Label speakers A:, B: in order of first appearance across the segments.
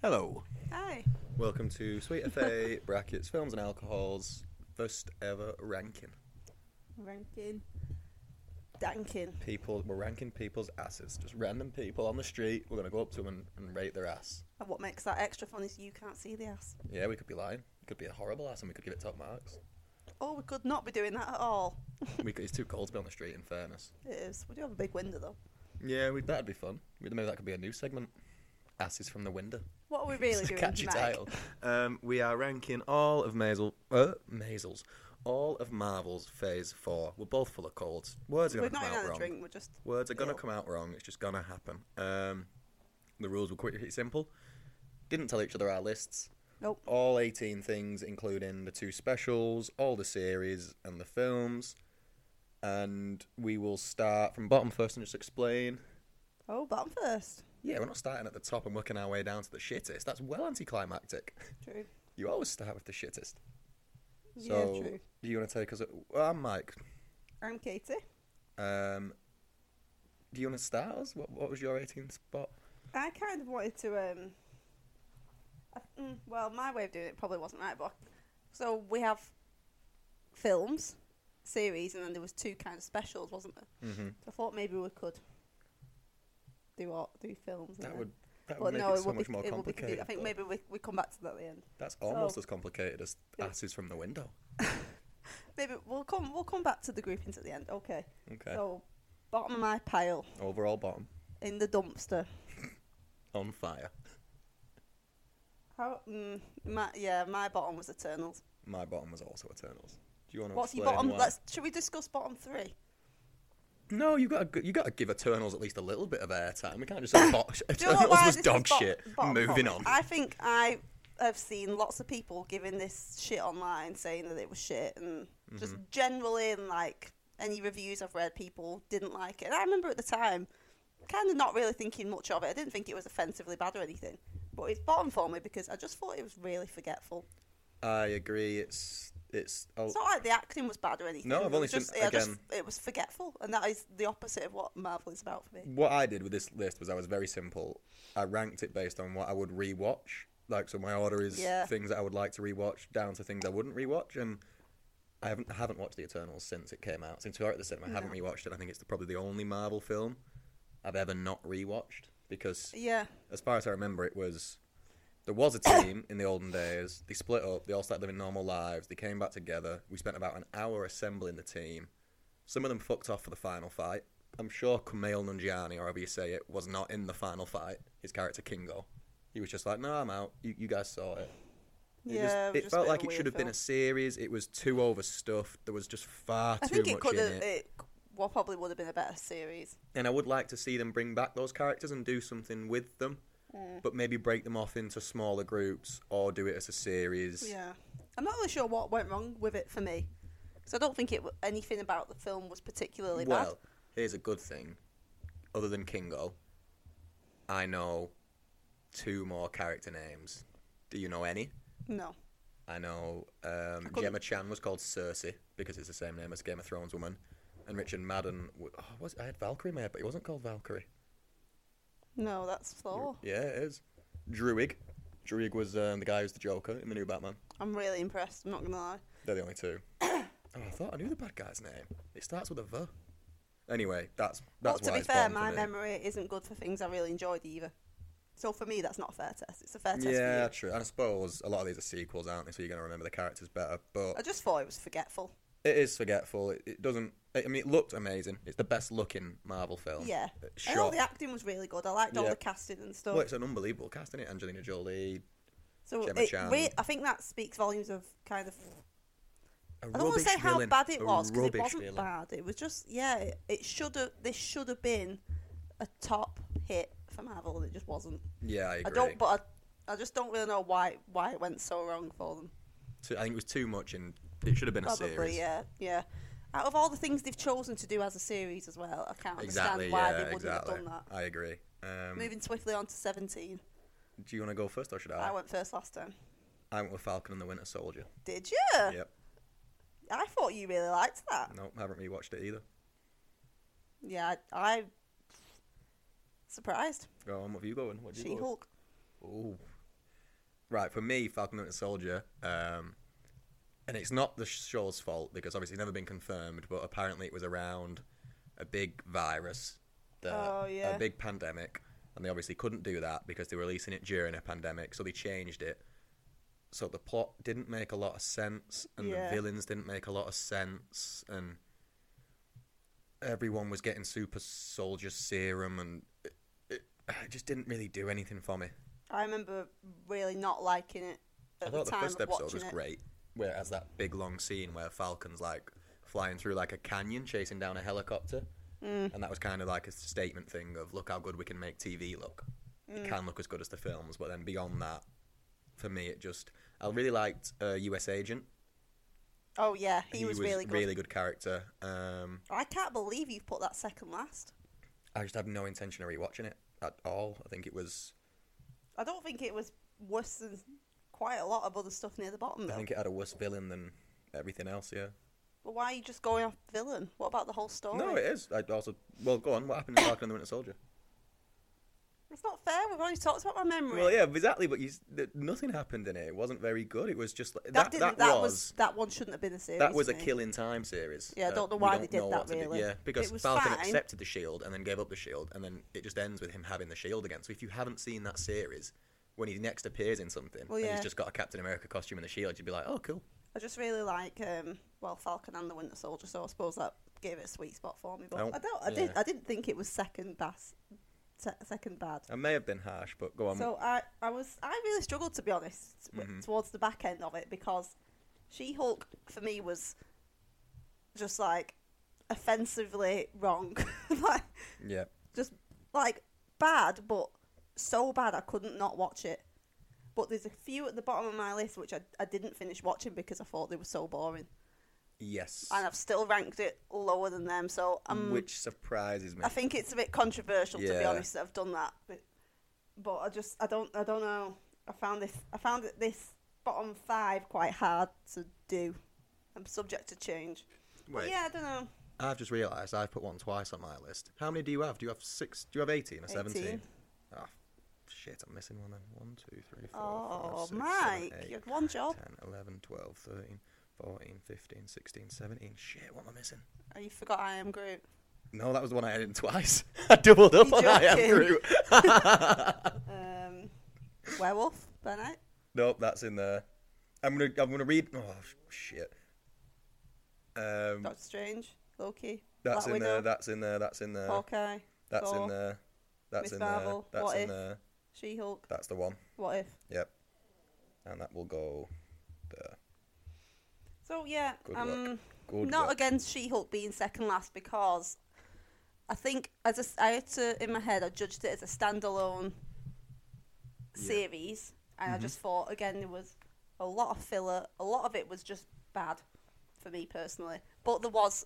A: Hello.
B: Hi.
A: Welcome to Sweet FA Brackets Films and Alcohol's first ever ranking.
B: Ranking. Danking.
A: People, we're ranking people's asses. Just random people on the street. We're going to go up to them and, and rate their ass.
B: And what makes that extra fun is you can't see the ass.
A: Yeah, we could be lying. It could be a horrible ass and we could give it top marks.
B: Or Oh, we could not be doing that at all.
A: we could, it's too cold to be on the street, in fairness.
B: It is. We do have a big window though.
A: Yeah, we, that'd be fun. Maybe that could be a new segment. Asses from the window.
B: What are we really
A: It's a
B: doing?
A: catchy
B: Meg?
A: title. Um, we are ranking all of Maisel, uh, Maisel's, all of Marvel's Phase Four. We're both full of colds. Words are going
B: We're
A: to
B: not
A: come
B: even
A: out
B: had a
A: wrong.
B: drink, we're just
A: Words are going to
B: Ew.
A: come out wrong. It's just going to happen. Um, the rules were pretty simple. Didn't tell each other our lists.
B: Nope.
A: All 18 things, including the two specials, all the series, and the films. And we will start from bottom first and just explain.
B: Oh, bottom first.
A: Yeah, we're not starting at the top and working our way down to the shittest. That's well anticlimactic.
B: True.
A: You always start with the shittest.
B: yeah,
A: So,
B: true.
A: do you want to take us? Well, I'm Mike.
B: I'm Katie.
A: Um, do you want to start us? What, what was your 18th spot?
B: I kind of wanted to. Um, I- mm, well, my way of doing it probably wasn't right, but so we have films, series, and then there was two kind of specials, wasn't there?
A: Mm-hmm.
B: I thought maybe we could do art, do films. and
A: That
B: then-
A: would that
B: But
A: would make
B: no,
A: it
B: it
A: so
B: would
A: much
B: be,
A: more
B: it would be
A: complicated.
B: confusing. I think
A: but
B: maybe we we come back to that at the end.
A: that's almost
B: so-
A: as complicated as
B: Yeah.
A: asses from the window.
B: Maybe we'll come we'll come back to the groupings at the end. Okay.
A: Okay.
B: So bottom of my pile
A: Overall bottom
B: in the dumpster.
A: on fire.
B: How? Mm, my, yeah, my bottom was Eternals.
A: My bottom was also Eternals. Do you want to
B: What's your bottom? Let's should we discuss bottom three?
A: No, you got to you got to give Eternals at least a little bit of airtime. We can't just say "Bo-
B: Do you know
A: Eternals
B: why
A: was
B: this is
A: dog
B: bot-
A: shit.
B: bottom
A: Moving
B: for
A: on.
B: me? I think I have seen lots of people giving this shit online, saying that it was shit, and just
A: Mm-hmm.
B: generally, and like any reviews I've read, people didn't like it. And I remember at the time, kind of not really thinking much of it. I didn't think it was offensively bad or anything, but it's bottom for me because I just thought it was really forgetful.
A: I agree. It's it's. oh, a-
B: It's not like the acting was bad or anything.
A: No, I've
B: It was
A: only seen-
B: just, I just-
A: again-
B: it was forgetful, and that is the opposite of what Marvel is about for me.
A: what I did with this list was I was very simple. I ranked it based on what I would rewatch. Like, so my order is
B: Yeah.
A: things that I would like to rewatch down to things I wouldn't rewatch. And I haven't I haven't watched The Eternals since it came out. Since we were at the cinema, I haven't rewatched it. I think it's the, probably the only Marvel film I've ever not rewatched because,
B: Yeah,
A: as far as I remember, it was there was a team in the olden days. They split up. They all started living normal lives. They came back together. We spent about an hour assembling the team. Some of them fucked off for the final fight. I'm sure Kumail Nanjiani, or however you say it, was not in the final fight. His character Kingo. He was just like, no, I'm out. You, you guys saw it. It,
B: yeah.
A: just- it
B: was just a
A: felt
B: bit
A: like
B: of a
A: it should
B: weird
A: have been
B: film.
A: a series. It was too overstuffed. There was just far
B: I
A: too
B: think
A: much
B: it could
A: in
B: have. It.
A: it.
B: well, probably would have been a better series.
A: And I would like to see them bring back those characters and do something with them,
B: Mm.
A: but maybe break them off into smaller groups or do it as a series.
B: Yeah, I'm not really sure what went wrong with it for me, because I don't think it w- anything about the film was particularly
A: well,
B: bad.
A: here's a good thing. Other than Kingo, I know two more character names. Do you know any?
B: No,
A: I know um,
B: couldn't-
A: Gemma Chan was called Cersei because it's the same name as Game of Thrones woman, and Richard Madden. w- Oh, was I had Valkyrie in my head, but he wasn't called Valkyrie.
B: no, that's Thor.
A: Yeah, it is. Druig. Druig was um, the guy who's the Joker in the new Batman.
B: I'm really impressed. I'm not gonna lie.
A: They're the only two. oh, I thought I knew the bad guy's name. It starts with a V. Anyway, that's that's
B: but to
A: why
B: be
A: it's
B: fair,
A: bottom for
B: my
A: me.
B: memory isn't good for things I really enjoyed either. So for me, that's not a fair test. It's a fair test.
A: Yeah,
B: For
A: true. And I suppose a lot of these are sequels, aren't they? So you're going to remember the characters better.
B: you. I
A: But
B: just thought it was forgetful.
A: it is forgetful. It, it doesn't. I mean, it looked amazing. It's the best looking Marvel film.
B: Yeah, and all
A: Uh, Shot.
B: the acting was really good. I liked all
A: Yeah.
B: the casting and stuff.
A: Well, it's an unbelievable cast, isn't it? Angelina Jolie,
B: so
A: Gemma
B: it,
A: Chan.
B: re- I think that speaks volumes of kind of
A: a
B: I don't want
A: rubbish
B: to say how
A: villain,
B: bad it
A: a
B: was because it
A: rubbish
B: wasn't
A: villain.
B: bad. It was just yeah, it, it should have. This should have been a top hit for Marvel, and it just wasn't.
A: Yeah, I agree.
B: I don't, but I, I just don't really know why why it went so wrong for them.
A: Too- I think it was too much, and it should have been
B: Probably
A: a series.
B: yeah, yeah. Out of all the things they've chosen to do as a series as well, I can't
A: Exactly.
B: understand why
A: yeah,
B: they wouldn't
A: exactly.
B: have done that.
A: I agree. Um,
B: Moving swiftly on to seventeen,
A: do you want to go first, or should I?
B: I went first last time.
A: I went with Falcon and the Winter Soldier.
B: Did you?
A: Yep.
B: I thought you really liked that.
A: No, haven't rewatched it either.
B: Yeah, I, I surprised.
A: Go on. What have you going? What do you
B: She
A: go
B: Hulk.
A: with? Ooh, Right, for me, Falcon and the Soldier, um, and it's not the show's fault because obviously it's never been confirmed, but apparently it was around a big virus, that,
B: Oh, yeah.
A: a big pandemic, and they obviously couldn't do that because they were releasing it during a pandemic, so they changed it. So the plot didn't make a lot of sense, and
B: Yeah.
A: the villains didn't make a lot of sense, and everyone was getting super soldier serum, and it, it, it just didn't really do anything for me.
B: I remember really not liking it at
A: I thought
B: the
A: the,
B: time
A: first
B: of
A: episode
B: watching
A: was
B: it.
A: great, where it has that big long scene where Falcon's like flying through like a canyon, chasing down a helicopter,
B: Mm.
A: and that was kind of like a statement thing of look how good we can make TV look.
B: Mm.
A: It can look as good as the films, but then beyond that, for me, it just I really liked uh, U.S. Agent.
B: Oh yeah, he, was, really good.
A: really good character. Um,
B: I can't believe you put that second last.
A: I just have no intention of rewatching it at all. I think it was
B: I don't think it was worse than quite a lot of other stuff near the bottom
A: I
B: though.
A: think it had a worse villain than everything else. Yeah.
B: But why are you just going off villain? What about the whole story?
A: No, it is. I also well, go on. What happened in Falcon and the Winter Soldier?
B: It's not fair. We've already talked about my memory.
A: Well, yeah, exactly. But you, s- th- nothing happened in it. It wasn't very good. It was just that.
B: that,
A: That,
B: didn't. That, was,
A: was
B: that one shouldn't have been a series.
A: that was
B: to
A: a
B: me.
A: kill in time series.
B: Yeah, I
A: Uh,
B: don't know
A: we
B: why they did
A: know
B: that,
A: what to do-
B: really.
A: Yeah, because
B: It was
A: Falcon
B: fine.
A: accepted the shield and then gave up the shield, and then it just ends with him having the shield again. So if you haven't seen that series, when he next appears in something
B: Well,
A: and
B: yeah.
A: he's just got a Captain America costume and the shield, you'd be like, oh, cool.
B: I just really like um, well Falcon and the Winter Soldier, so I suppose that gave it a sweet spot for me. But
A: Oh,
B: I don't. I did.
A: yeah.
B: I didn't think it was second best. Se- second bad.
A: I may have been harsh, but go on.
B: So I, I was, I really struggled to be honest w- towards the back end of it because She Hulk for me was just like offensively wrong, like
A: yeah,
B: just like bad, but so bad I couldn't not watch it. But there's a few at the bottom of my list which I, I didn't finish watching because I thought they were so boring,
A: yes,
B: and I've still ranked it lower than them. So I'm
A: which surprises me.
B: I think it's a bit controversial to be
A: Yeah.
B: honest that I've done that, but but I just I don't I don't know. I found this I found that this bottom five quite hard to do. I'm subject to change. But
A: Wait.
B: yeah, I don't know.
A: I've just realised I've put one twice on my list. How many do you have? Do you have six? Do you have eighteen or seventeen?
B: 18.
A: Ah, shit! I'm missing one. Then one, two, three,
B: Oh,
A: four, five, six, seven,
B: Mike,
A: eight,
B: you had one job.
A: 10, 11, 12, 13, 14, 15, 16, 17. Shit! What am I missing?
B: Oh, you forgot I am Groot.
A: No, that was the one I added twice. I doubled up
B: You
A: on I am
B: joking.
A: Groot.
B: Um, werewolf by night.
A: Nope, that's in there. I'm gonna, I'm gonna read. Oh shit! Um,
B: Doctor Strange, Loki,
A: that's
B: Black
A: in
B: Widow,
A: there. That's in there. That's in there.
B: Hawkeye,
A: That's
B: Thor,
A: in there. That's
B: Miss
A: in there.
B: Marvel,
A: That's
B: What If?
A: in there.
B: She-Hulk.
A: That's the one.
B: What if?
A: Yep. And that will go there.
B: So yeah,
A: Good
B: um,
A: work. Good
B: not
A: work.
B: against She-Hulk being second last because I think as a s I had to in my head I judged it as a standalone
A: Yeah. Mm-hmm.
B: series, and I just thought again there was a lot of filler. A lot of it was just bad for me personally, but there was.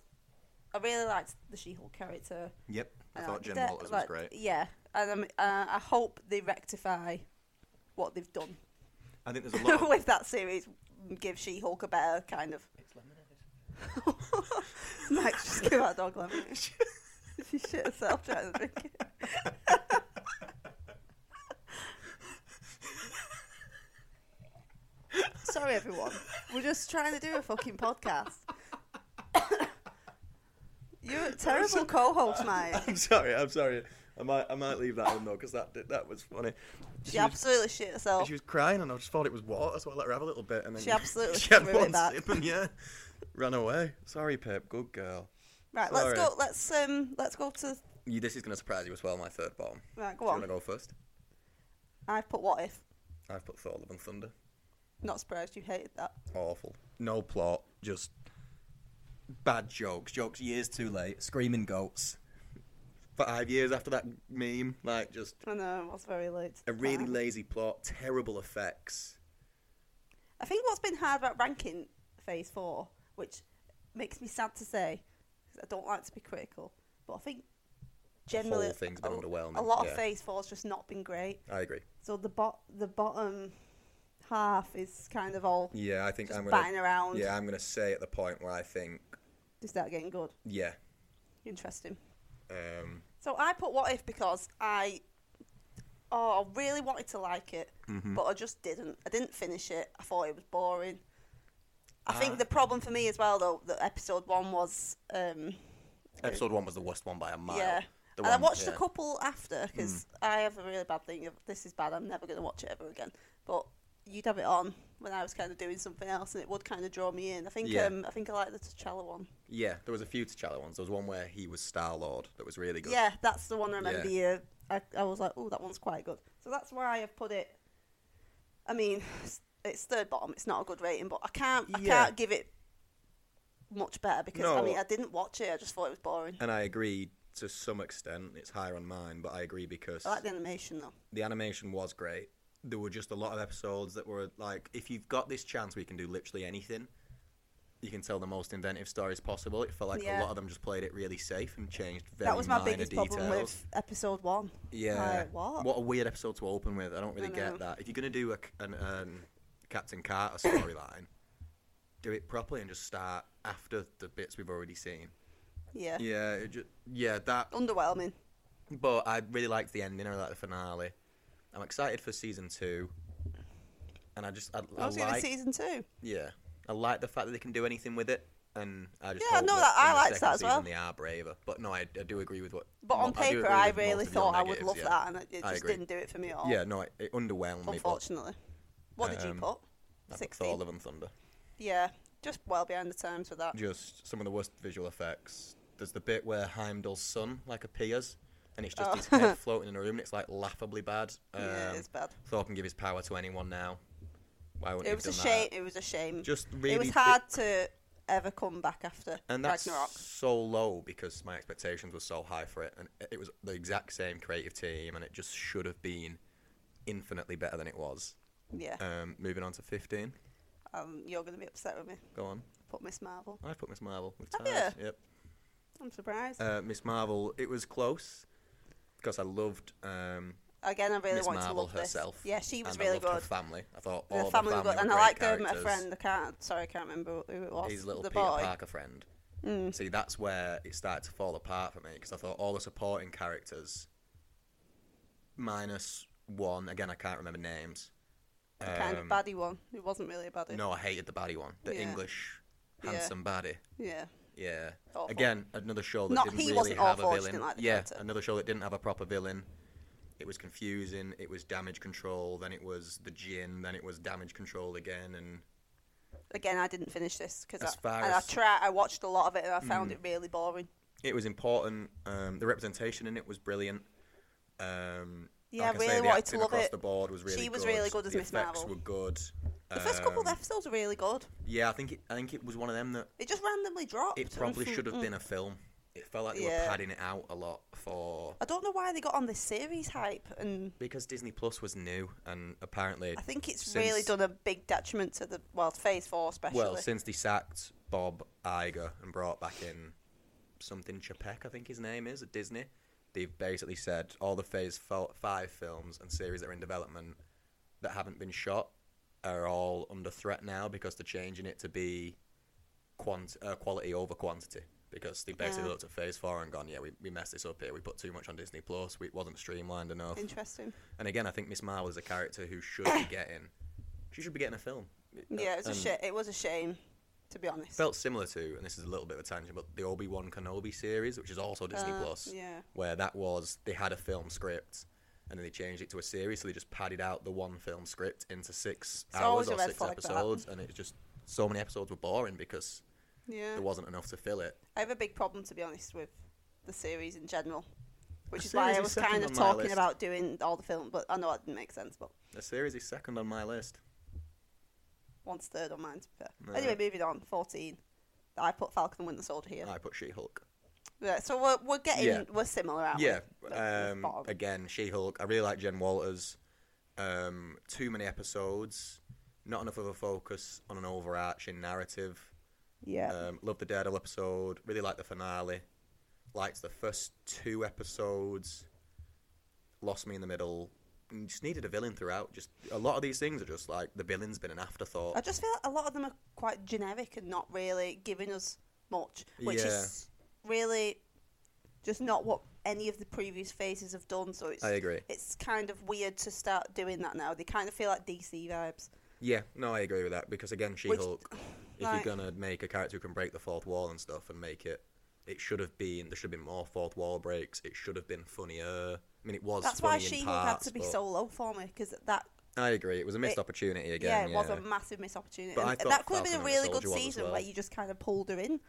B: I really liked the She-Hulk character.
A: Yep. I
B: and
A: thought
B: liked
A: Jen
B: it,
A: Walters was
B: Uh, like,
A: great.
B: Yeah, and um, uh, I hope they rectify what they've done
A: I think there's a lot. Of,
B: with that series. Give She-Hulk a better kind of Max just gave out dog lemon. she shit herself trying to drink it. Sorry, everyone. We're just trying to do a fucking podcast. You're a terrible co-host, Mike.
A: I'm sorry. I'm sorry. I might. I might leave that in though because that did- that was funny.
B: She absolutely shit herself.
A: She was crying and I just thought it was water, so I let her have a little bit and then
B: She absolutely
A: she had
B: threw it
A: one
B: back.
A: sip and yeah, ran away. Sorry, Pip. Good girl.
B: Right, let's
A: Sorry.
B: go. Let's um, let's go to.
A: You, this is going to surprise you as well. My third bottom.
B: Right,
A: Do
B: go
A: you want
B: on.
A: to go first?
B: I've put what if.
A: I've put Thor: Love and Thunder.
B: Not surprised you hated that.
A: awful. No plot, just bad jokes. Jokes years too late. Screaming goats. Five years after that meme, like just
B: I know it was very late. to
A: a
B: the
A: really
B: party.
A: lazy plot, terrible effects.
B: I think what's been hard about ranking Phase Four, which makes me sad to say, 'cause I don't like to be critical, but I think generally
A: whole thing's been
B: a,
A: underwhelming,
B: a lot
A: yeah.
B: of Phase Four's just not been great.
A: I agree.
B: So the bot, the bottom half is kind of all
A: Yeah, I think
B: Just
A: I'm gonna.
B: batting around.
A: Yeah, I'm gonna say at the point where I think,
B: is that getting good,
A: yeah,
B: interesting.
A: um,
B: So I put what if because I oh, I really wanted to like it,
A: Mm-hmm.
B: but I just didn't. I didn't finish it. I thought it was boring. I
A: Ah.
B: think the problem for me as well, though, that episode one was, um,
A: Episode one was the worst one by a mile.
B: yeah.
A: The
B: and I
A: one- Hmm.
B: watched a
A: yeah.
B: couple after because I have a really bad thing of this is bad. I'm never going to watch it ever again. But you'd have it on when I was kind of doing something else, and it would kind of draw me in. I think
A: Yeah.
B: um, I think I like the T'Challa one.
A: Yeah, there was a few T'Challa ones. There was one where he was Star Lord that was really good.
B: Yeah, that's the one I remember.
A: Yeah.
B: Yeah. I, I was like, oh, that one's quite good. So that's why I've put it. I mean, it's- it's third bottom. It's not a good rating, but I can't. I
A: Yeah.
B: can't give it much better because I
A: No.
B: mean, I didn't watch it. I just thought it was boring.
A: And I agree to some extent. It's higher on mine, but I agree because
B: I like the animation though.
A: the animation was great. There were just a lot of episodes that were like, if you've got this chance, we can do literally anything. You can tell the most inventive stories possible. It felt like a
B: Yeah.
A: lot of them just played it really safe and changed very
B: that was my
A: minor
B: biggest
A: details.
B: problem with episode one.
A: Yeah.
B: Like, what?
A: a weird episode to open with. I don't really
B: I know.
A: get that. If you're gonna do a c an um, Captain Carter storyline, do it properly and just start after the bits we've already seen.
B: Yeah.
A: Yeah, it ju- yeah, that.
B: Underwhelming.
A: But I really liked the ending. I really liked the finale. I'm excited for season two. And I just, I, I,
B: I was going to
A: like,
B: season two.
A: yeah, I like the fact that they can do anything with it. And I just
B: Yeah,
A: hope
B: no,
A: that,
B: that- I
A: in the
B: liked
A: second
B: that as
A: season
B: well.
A: They are braver, but no, I, I do agree with what.
B: But on
A: I do
B: paper,
A: agree
B: I,
A: with most
B: really
A: of your
B: thought I would
A: negatives,
B: love
A: yeah.
B: that, and it it
A: I
B: just
A: agree.
B: didn't do it for me at all.
A: Yeah, no, it, it underwhelmed me. But
B: unfortunately. What did you
A: Um,
B: put?
A: I put
B: Sixty.
A: Thor: Love and Thunder.
B: Yeah, just well behind the times with that.
A: Just some of the worst visual effects. There's the bit where Heimdall's son like appears, and it's just
B: Oh.
A: his head floating in a room, and it's like laughably bad. Um,
B: yeah, it's bad.
A: Thor can give his power to anyone now. Why wouldn't
B: It
A: he
B: was a
A: have done
B: shame.
A: that?
B: It was a shame.
A: Just really,
B: it was
A: big-
B: hard to ever come back after
A: and that's
B: Ragnarok.
A: so low because my expectations were so high for it, and it- it was the exact same creative team, and it just should have been infinitely better than it was.
B: Yeah,
A: Um, moving on to 15. uh,
B: um, you're going to be upset with me.
A: Go on.
B: Put Miss Marvel.
A: I've put Miss Marvel. We've
B: Have
A: tied. Yep.
B: I'm surprised.
A: Uh, Miss Marvel, it was close because I loved um,
B: Again, I really
A: Miss
B: wanted
A: Marvel
B: to love
A: herself.
B: This. Yeah, she was
A: and I
B: really
A: loved her
B: good.
A: family. I thought all
B: The family were
A: the family
B: good, and
A: were
B: I
A: great
B: liked um, a
A: characters.
B: friend. I can't. Sorry, I can't remember who it was.
A: His little
B: the
A: Peter
B: boy. Mm.
A: Parker friend. See, that's where it started to fall apart for me because I thought all the supporting characters, minus one. Again, I can't remember names.
B: the kind of
A: Um,
B: baddie one. It wasn't really a baddie.
A: No, I hated the baddie one. The
B: Yeah.
A: English
B: Yeah.
A: handsome baddie.
B: Yeah.
A: Yeah.
B: Awful.
A: Again, another show that
B: Not-
A: didn't
B: he
A: really
B: wasn't
A: have
B: awful, I
A: a
B: just
A: villain.
B: didn't like the
A: yeah,
B: character.
A: another show that didn't have a proper villain. It was confusing. It was damage control. Then it was the gin. Then it was damage control again. And
B: Again, I didn't finish this
A: As
B: because I,
A: far
B: and I
A: as-
B: tried. I watched a lot of it and I found it really boring.
A: it was important. Um, the representation in it was brilliant. Um,
B: Yeah,
A: like I
B: I
A: say,
B: really
A: the
B: wanted to
A: acting
B: love
A: across
B: it.
A: the board was really
B: She was
A: good.
B: really good as
A: the
B: Miss
A: effects
B: Marvel.
A: were good.
B: The first couple of
A: Um,
B: episodes were really good.
A: Yeah, I think it, I think it was one of them that
B: It just randomly dropped.
A: it
B: and
A: probably
B: from-
A: should have
B: mm.
A: been a film. It felt like they
B: Yeah.
A: were padding it out a lot for
B: I don't know why they got on this series hype, and
A: because Disney Plus was new and apparently
B: I think it's really
A: since-
B: done a big detriment to the well, Phase Four especially.
A: Well, since they sacked Bob Iger and brought back in something Chapek, I think his name is, at Disney, they've basically said all the Phase fo- 5 films and series that are in development that haven't been shot are all under threat now because they're changing it to be quant- uh, quality over quantity. Because they basically
B: Yeah.
A: looked at Phase 4 and gone, yeah, we, we messed this up here. We put too much on Disney Plus. We, it wasn't streamlined enough.
B: Interesting.
A: And again, I think Miss Marvel is a character who should be getting... She should be getting a film.
B: Yeah, it was a
A: And-
B: shit. It was a shame, to be honest.
A: felt similar to, and this is a little bit of a tangent, but the Obi Wan Kenobi series, which is also Disney
B: Uh,
A: Plus,
B: yeah.
A: where that was they had a film script, and then they changed it to a series, so they just padded out the one film script into six hours
B: always a
A: or
B: red
A: six
B: flag, that.
A: episodes, and it's just so many episodes were boring because
B: yeah.
A: there wasn't enough to fill it.
B: I have a big problem, to be honest, with the series in general, which
A: The
B: is why
A: series
B: I
A: is
B: was
A: second
B: kind of
A: on my
B: talking
A: list.
B: about doing all the film. But I know that didn't make sense, but
A: The series is second on my list.
B: one's third on mine. To be fair.
A: No.
B: Anyway, moving on. Fourteen. I put Falcon and Winter Soldier here.
A: I put She Hulk.
B: Yeah, so we're we're getting
A: Yeah.
B: we're similar, aren't
A: Yeah,
B: we? But
A: um,
B: bottom.
A: again, She Hulk. I really like Jen Walters. Um, too many episodes, not enough of a focus on an overarching narrative.
B: yeah.
A: Um, loved the Daredevil episode. Really liked the finale. Liked the first two episodes. Lost me in the middle. and Just needed a villain throughout. Just a lot of these things are just like the villain's been an afterthought.
B: I just feel like a lot of them are quite generic and not really giving us much, which
A: Yeah.
B: is really just not what any of the previous phases have done. So it's
A: I agree.
B: it's kind of weird to start doing that now. They kind of feel like DC vibes.
A: Yeah, no, I agree with that because again, She
B: Which-
A: Hulk. If
B: like-
A: you're gonna make a character who can break the fourth wall and stuff and make it, it should have been there should have been more fourth wall breaks. It should have been funnier. I mean, it was.
B: That's
A: funny
B: why
A: in
B: She Hulk had
A: parts,
B: to be
A: but-
B: so low for me because that
A: I agree. It was a missed
B: It-
A: opportunity
B: yeah,
A: again.
B: it was a massive missed opportunity.
A: But I
B: And
A: thought
B: that could have been
A: Falcon
B: a
A: and the
B: really good
A: Soldier was as
B: season
A: well.
B: where you just kind of pulled her in,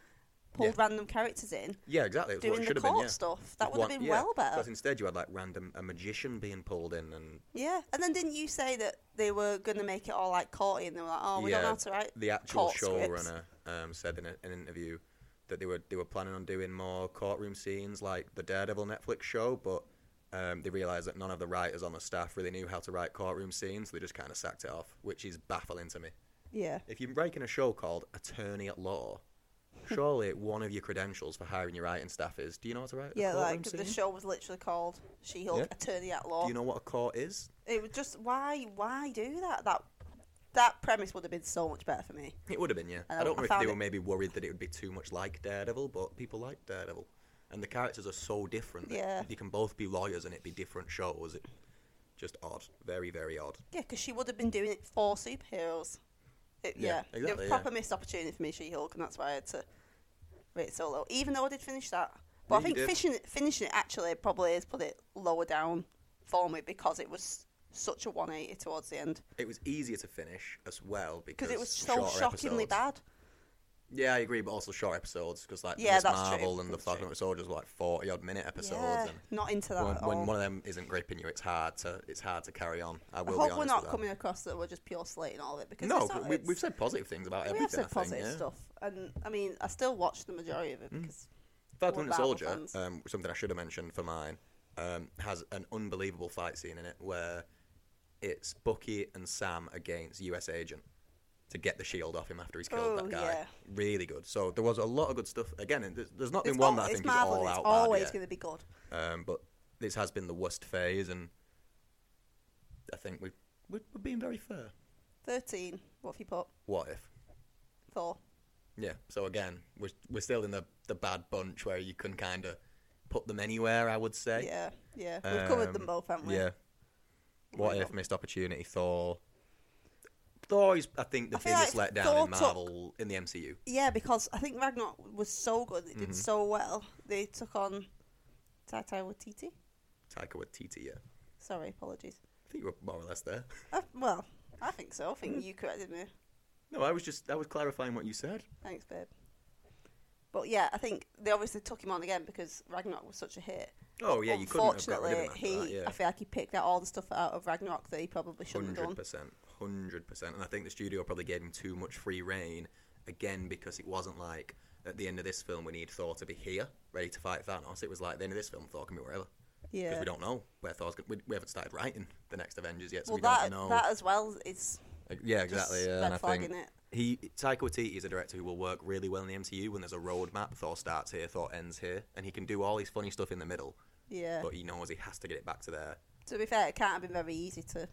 B: pulled random characters in,
A: Yeah, exactly. It was what
B: doing
A: it
B: the
A: should have been.
B: court
A: Yeah.
B: stuff. That
A: With
B: would
A: one-
B: have been
A: yeah,
B: well
A: Because
B: better.
A: instead you had like random a magician being pulled in and
B: Yeah, and then didn't you say that they were going to make it all like courty and they were like, oh, we don't know
A: Yeah,
B: how to write
A: the actual
B: court scripts.
A: showrunner um, said in a, an interview that they were they were planning on doing more courtroom scenes like the Daredevil Netflix show, but um, they realised that none of the writers on the staff really knew how to write courtroom scenes. So they just kind of sacked it off, which is baffling to me.
B: Yeah,
A: If you're making a show called Attorney at Law, surely one of your credentials for hiring your writing staff is, do you know how to write?
B: yeah.
A: a courtroom
B: Like the
A: scene?
B: show was literally called She Hulk
A: Yeah.
B: Attorney at Law.
A: Do you know what a court is?
B: It was just why, why do that? That that premise would have been so much better for me.
A: It would have been, yeah.
B: I
A: I
B: don't-
A: don't
B: I
A: know if
B: found
A: they were
B: it-
A: maybe worried that it would be too much like Daredevil, but people like Daredevil. And the characters are so different that
B: Yeah.
A: they can both be lawyers and it be different shows. It just odd. Very, very odd.
B: Yeah, because she would have been doing it for superheroes. It, yeah,
A: Yeah,
B: it was
A: exactly,
B: proper
A: yeah.
B: missed opportunity for me, She Hulk, and that's why I had to rate it so low. Even though I did finish that, but
A: Yeah,
B: I
A: you
B: think
A: did.
B: finishing it, finishing it actually probably has put it lower down for me because it was such a 180 towards the end
A: It was easier to finish as well because
B: because it was so
A: shorter
B: shockingly
A: episodes.
B: bad.
A: Yeah, I agree, but also short episodes because like
B: Yeah,
A: Miss
B: that's true,
A: Marvel and the
B: that's true.
A: Falcon and the Soldiers were like forty odd minute episodes.
B: Yeah,
A: And
B: not into that
A: when,
B: at all.
A: when one of them isn't gripping you, it's hard to it's hard to carry on. I
B: I
A: will be
B: hope
A: honest
B: we're not
A: with
B: coming across that we're just pure slating all of it
A: that.
B: because
A: No,
B: it's not-
A: but we,
B: it's-
A: we've said positive things about
B: we
A: everything.
B: have said
A: I think,
B: positive
A: yeah. Mm-hmm.
B: stuff, and I mean, I still watch the majority of it because
A: Falcon
B: We're
A: Winter
B: Marvel
A: Soldier,
B: fans.
A: um, something I should have mentioned for mine, um, has an unbelievable fight scene in it where it's Bucky and Sam against US Agent to get the shield off him after he's killed
B: Oh,
A: that guy.
B: yeah.
A: Really good. So there was a lot of good stuff. Again, and there's, there's not been
B: it's,
A: one
B: al-
A: that I
B: it's
A: think
B: Marvel,
A: is all
B: and it's
A: out
B: always
A: bad
B: going
A: yet.
B: to be good.
A: Um, but this has been the worst phase, and I think we've, we're, we're being very fair.
B: 13. What have you put?
A: What if?
B: Four.
A: Yeah. So again, we're we're still in the the bad bunch where you can kind of put them anywhere. I would say.
B: Yeah, yeah. We've covered them
A: Um,
B: both, haven't we?
A: Yeah. What
B: Why
A: if
B: not?
A: missed opportunity? Thor. Thor is, I think, the
B: I feel
A: biggest
B: like
A: letdown
B: Thor
A: in
B: took-
A: Marvel in the MCU.
B: Yeah, because I think Ragnarok was so good. It
A: Mm-hmm.
B: did so well. They took on Taitai Watiti.
A: Taika Waititi, yeah. I
B: Sorry, apologies.
A: think you were more or less there.
B: Uh, well, I think so. I
A: Hmm.
B: think you corrected me.
A: No, I was just I was clarifying what you said.
B: Thanks, babe. But yeah, I think they obviously took him on again because Ragnarok was such a hit.
A: Oh yeah, you couldn't have got
B: Unfortunately,
A: rid of him after
B: he,
A: that.
B: I
A: Yeah,
B: feel like he picked out all the stuff out of Ragnarok that he probably shouldn't have
A: hundred
B: done.
A: percent, hundred percent. And I think the studio probably gave him too much free reign again because it wasn't like at the end of this film we need Thor to be here ready to fight Thanos. It was like at the end of this film Thor can be wherever.
B: Yeah.
A: Because we don't know where Thor's going. We, we haven't started writing the next Avengers yet, so
B: well,
A: we
B: that
A: don't know.
B: that as well is
A: Like, Yeah, exactly.
B: Just
A: yeah,
B: red
A: and I
B: flag,
A: think
B: innit?
A: he Taika Waititi is a director who will work really well in the MCU when there's a roadmap. Thor starts here, Thor ends here, and he can do all his funny stuff in the middle.
B: yeah.
A: But he knows he has to get it back to there.
B: To be fair, it can't have been very easy to.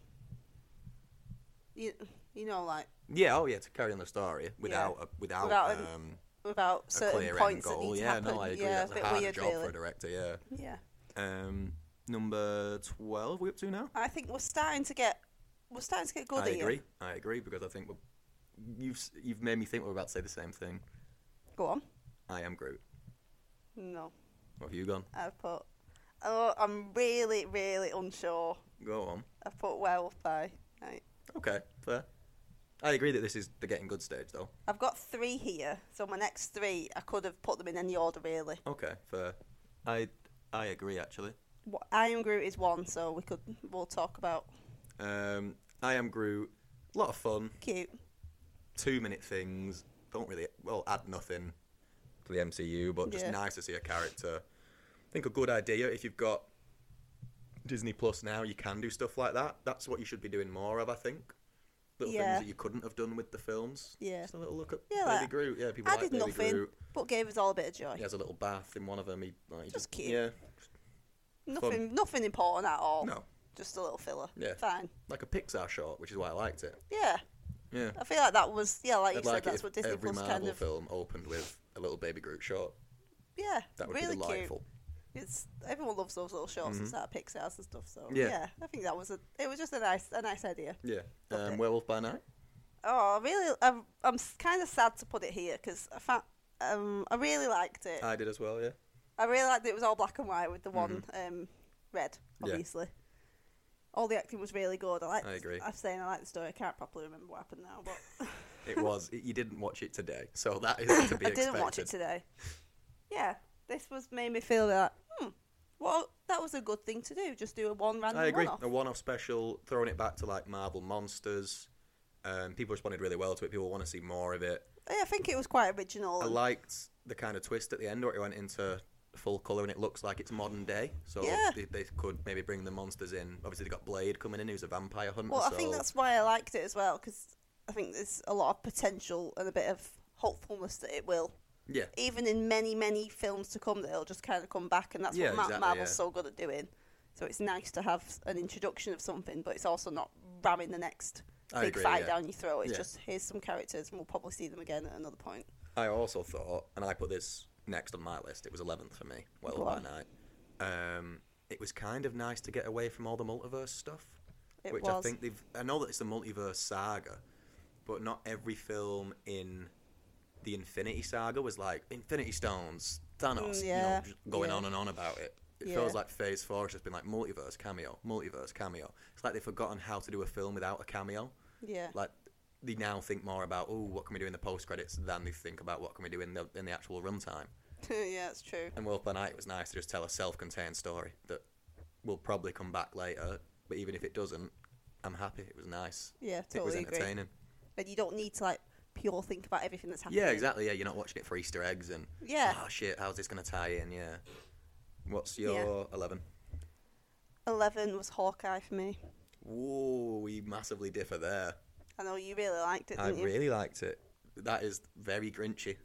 B: You, you know, like
A: Yeah, oh yeah, to carry on the story without a, without,
B: Without an-
A: um,
B: without
A: a
B: certain
A: clear end
B: points that
A: goal.
B: need to
A: yeah,
B: happen.
A: no, I agree.
B: Yeah,
A: That's
B: a
A: a
B: bit
A: hard
B: weird,
A: job
B: really.
A: for a director. Yeah.
B: Yeah,
A: Um, number twelve. We up to now?
B: I think we're starting to get we're starting to get good
A: I
B: at you.
A: agree. I agree because I think we're, you've s- you've made me think we're about to say the same thing.
B: Go on.
A: I am Groot.
B: No,
A: What have you gone?
B: I've put. Oh, I'm really, really unsure.
A: Go on.
B: I've put werewolf by night.
A: Okay, fair. I agree that this is the getting good stage, though.
B: I've got three here, so my next three I could have put them in any order really.
A: Okay, fair. I I agree actually.
B: What, I am Groot is one, so we could we'll talk about
A: Um, I am Groot. A lot of fun.
B: cute.
A: Two minute things. Don't really well add nothing to the MCU, but just
B: Yeah.
A: nice to see a character. I think a good idea if you've got Disney Plus now, you can do stuff like that. That's what you should be doing more of, I think. Little
B: Yeah.
A: things that you couldn't have done with the films.
B: Yeah.
A: Just a little look at
B: Yeah,
A: Baby
B: like,
A: Groot. Yeah, people
B: I
A: like
B: did
A: Baby
B: nothing,
A: Groot.
B: but gave us all a bit of joy.
A: He has a little bath in one of them. He, like, he
B: Just
A: just
B: cute.
A: Yeah,
B: Nothing, nothing important at all.
A: No.
B: just a little filler.
A: Yeah.
B: fine.
A: like a Pixar short, which is why I liked it.
B: Yeah,
A: Yeah.
B: I feel like that was yeah, like you
A: I'd
B: said,
A: like it
B: that's
A: if
B: what Disney
A: every
B: Plus
A: Marvel
B: kind of
A: film opened with a little baby Groot short.
B: yeah,
A: That would
B: really
A: be delightful. Mm-hmm.
B: cute. It's everyone loves those little shorts and that Pixar's and stuff. So
A: Yeah.
B: yeah. I think that was a. It was just a nice, a nice idea.
A: Yeah.
B: Love
A: Um,
B: it.
A: Werewolf by Night.
B: Oh, I really, I'm, I'm kind of sad to put it here because I found, um, I really liked it.
A: I did as well. Yeah.
B: I really liked it. It was all black and white with the one um, red,
A: Mm-hmm. Yeah.
B: obviously. All the acting was really good. I like.
A: I agree.
B: I'm saying I like the story. I can't properly remember what happened now, but
A: It was. you didn't watch it today, so that is to be
B: I
A: expected.
B: didn't watch it today. Yeah, this was made me feel like, hmm, well, that was a good thing to do. Just do a one random
A: I agree.
B: one-off.
A: A one-off special, throwing it back to like Marvel monsters. Um, people responded really well to it. People want to see more of it.
B: Yeah, I think it was quite original.
A: I
B: and-
A: liked the kind of twist at the end where it went into full color and it looks like it's modern day. So
B: Yeah.
A: they, they could maybe bring the monsters in. Obviously, they got Blade coming in, who's a vampire hunter.
B: well, I
A: so
B: think that's why I liked it as well because I think there's a lot of potential and a bit of hopefulness that it will
A: yeah,
B: even in many many films to come that it'll just kind of come back and that's
A: Yeah,
B: what Ma-
A: exactly,
B: marvel's
A: yeah.
B: so good at doing so it's nice to have an introduction of something but it's also not ramming the next
A: I
B: big
A: agree,
B: fight
A: yeah.
B: down your throat it's
A: Yeah.
B: just here's some characters and we'll probably see them again at another point
A: I also thought, and I put this next on my list. It was eleventh for me. Well,
B: Go
A: by
B: on.
A: night. Um, it was kind of nice to get away from all the multiverse stuff,
B: It
A: which I
B: was.
A: think they've. I know that it's the multiverse saga, but not every film in the Infinity Saga was like Infinity Stones, Thanos,
B: Mm,
A: you
B: yeah,
A: know, just going
B: yeah.
A: on and on about it. It
B: Yeah.
A: feels like Phase Four has just been like multiverse cameo, multiverse cameo. It's like they've forgotten how to do a film without a cameo
B: yeah
A: like they now think more about oh what can we do in the post credits than they think about what can we do in the in the actual runtime.
B: yeah it's true
A: And World by Night was nice to just tell a self-contained story that will probably come back later, but even if it doesn't, I'm happy. It was nice.
B: yeah
A: it was
B: totally agree
A: entertaining.
B: and you don't need to like pure think about everything that's happening
A: Yeah, exactly. Yeah, you're not watching it for Easter eggs and
B: Yeah.
A: oh shit, how's this gonna tie in? Yeah. What's your eleven?
B: 11 was hawkeye for me
A: Whoa, we massively differ there.
B: i know you really liked it
A: I
B: didn't you
A: really liked it. That is very grinchy.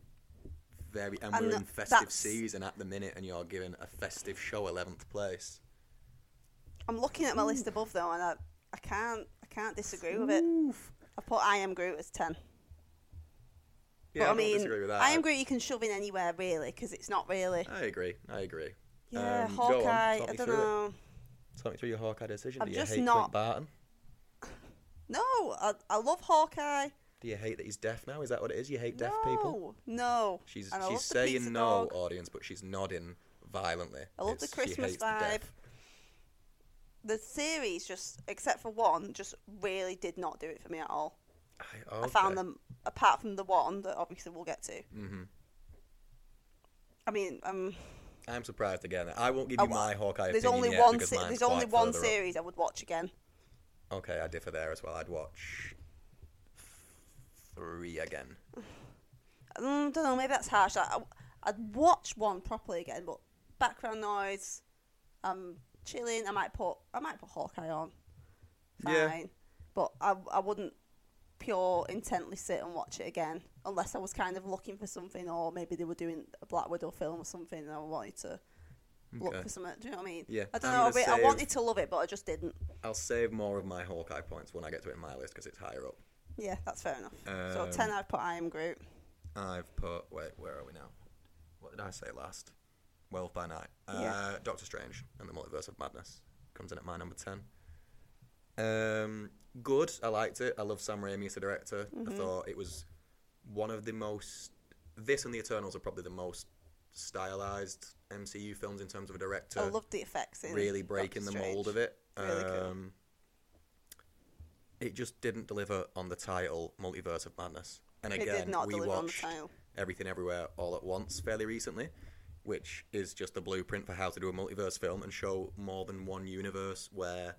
A: Very, and,
B: And
A: we're in
B: th-
A: festive
B: that's-
A: season at the minute, and you're giving a festive show eleventh place.
B: i'm looking at my list above though and i, I can't i can't disagree with it i put i am groot as 10
A: Yeah, I,
B: but I
A: don't
B: mean,
A: disagree with that.
B: I am Groot. You can shove in anywhere really because it's not really.
A: I agree. I agree.
B: Yeah,
A: Um, go on,
B: Hawkeye.
A: talk
B: I
A: me
B: don't
A: through it.
B: know.
A: Talk me through your Hawkeye decision.
B: I'm
A: Do you
B: just
A: hate Clint
B: not-
A: Barton?
B: No, I, I love Hawkeye.
A: Do you hate that he's deaf now? Is that what it is? You hate deaf
B: no,
A: people?
B: no.
A: She's
B: And
A: she's
B: I love the pizza
A: saying no,
B: dog.
A: audience, but she's nodding violently.
B: I love the
A: It's- she
B: Christmas
A: hates the deaf.
B: vibe. The series just, except for one, just really did not do it for me at all.
A: I, okay.
B: I found them apart from the one that obviously we'll get to.
A: Mhm.
B: I mean, um,
A: I'm surprised again. I won't give
B: I
A: you
B: wa-
A: my Hawkeye
B: there's
A: opinion
B: only
A: yet
B: one.
A: because
B: Se-
A: mine's
B: there's only
A: quite
B: one
A: further up.
B: series I would watch again.
A: Okay, I differ there as well. I'd watch three again.
B: I Mm, don't know. Maybe that's harsh. I, I'd watch one properly again, but background noise. I'm chilling. I might put I might put Hawkeye on. Fine,
A: Yeah.
B: but I I wouldn't pure intently sit and watch it again unless I was kind of looking for something, or maybe they were doing a Black Widow film or something, and I wanted to
A: Okay.
B: look for something. Do you know what I mean?
A: Yeah.
B: I don't
A: I'm
B: know. I,
A: gonna
B: re- I
A: save-
B: wanted to love it, but I just didn't.
A: I'll save more of my Hawkeye points when I get to it in my list because it's higher up.
B: Yeah, that's fair enough. so
A: Um,
B: ten, I put I am Groot.
A: I've put. Wait, where are we now? What did I say last? Well, by night. Uh,
B: Yeah.
A: Doctor Strange and the Multiverse of Madness comes in at my number 10. Um, good. I liked it. I love Sam Raimi as a director.
B: Mm-hmm.
A: I thought it was one of the most. This and The Eternals are probably the most stylized MCU films in terms of a director.
B: I loved the effects. In
A: really breaking the mold of it.
B: Really cool.
A: Um, It just didn't deliver on the title Multiverse of Madness. And
B: It
A: again,
B: did not
A: we
B: deliver on the
A: watched
B: title.
A: Everything Everywhere All at Once fairly recently, which is just the blueprint for how to do a multiverse film and show more than one universe where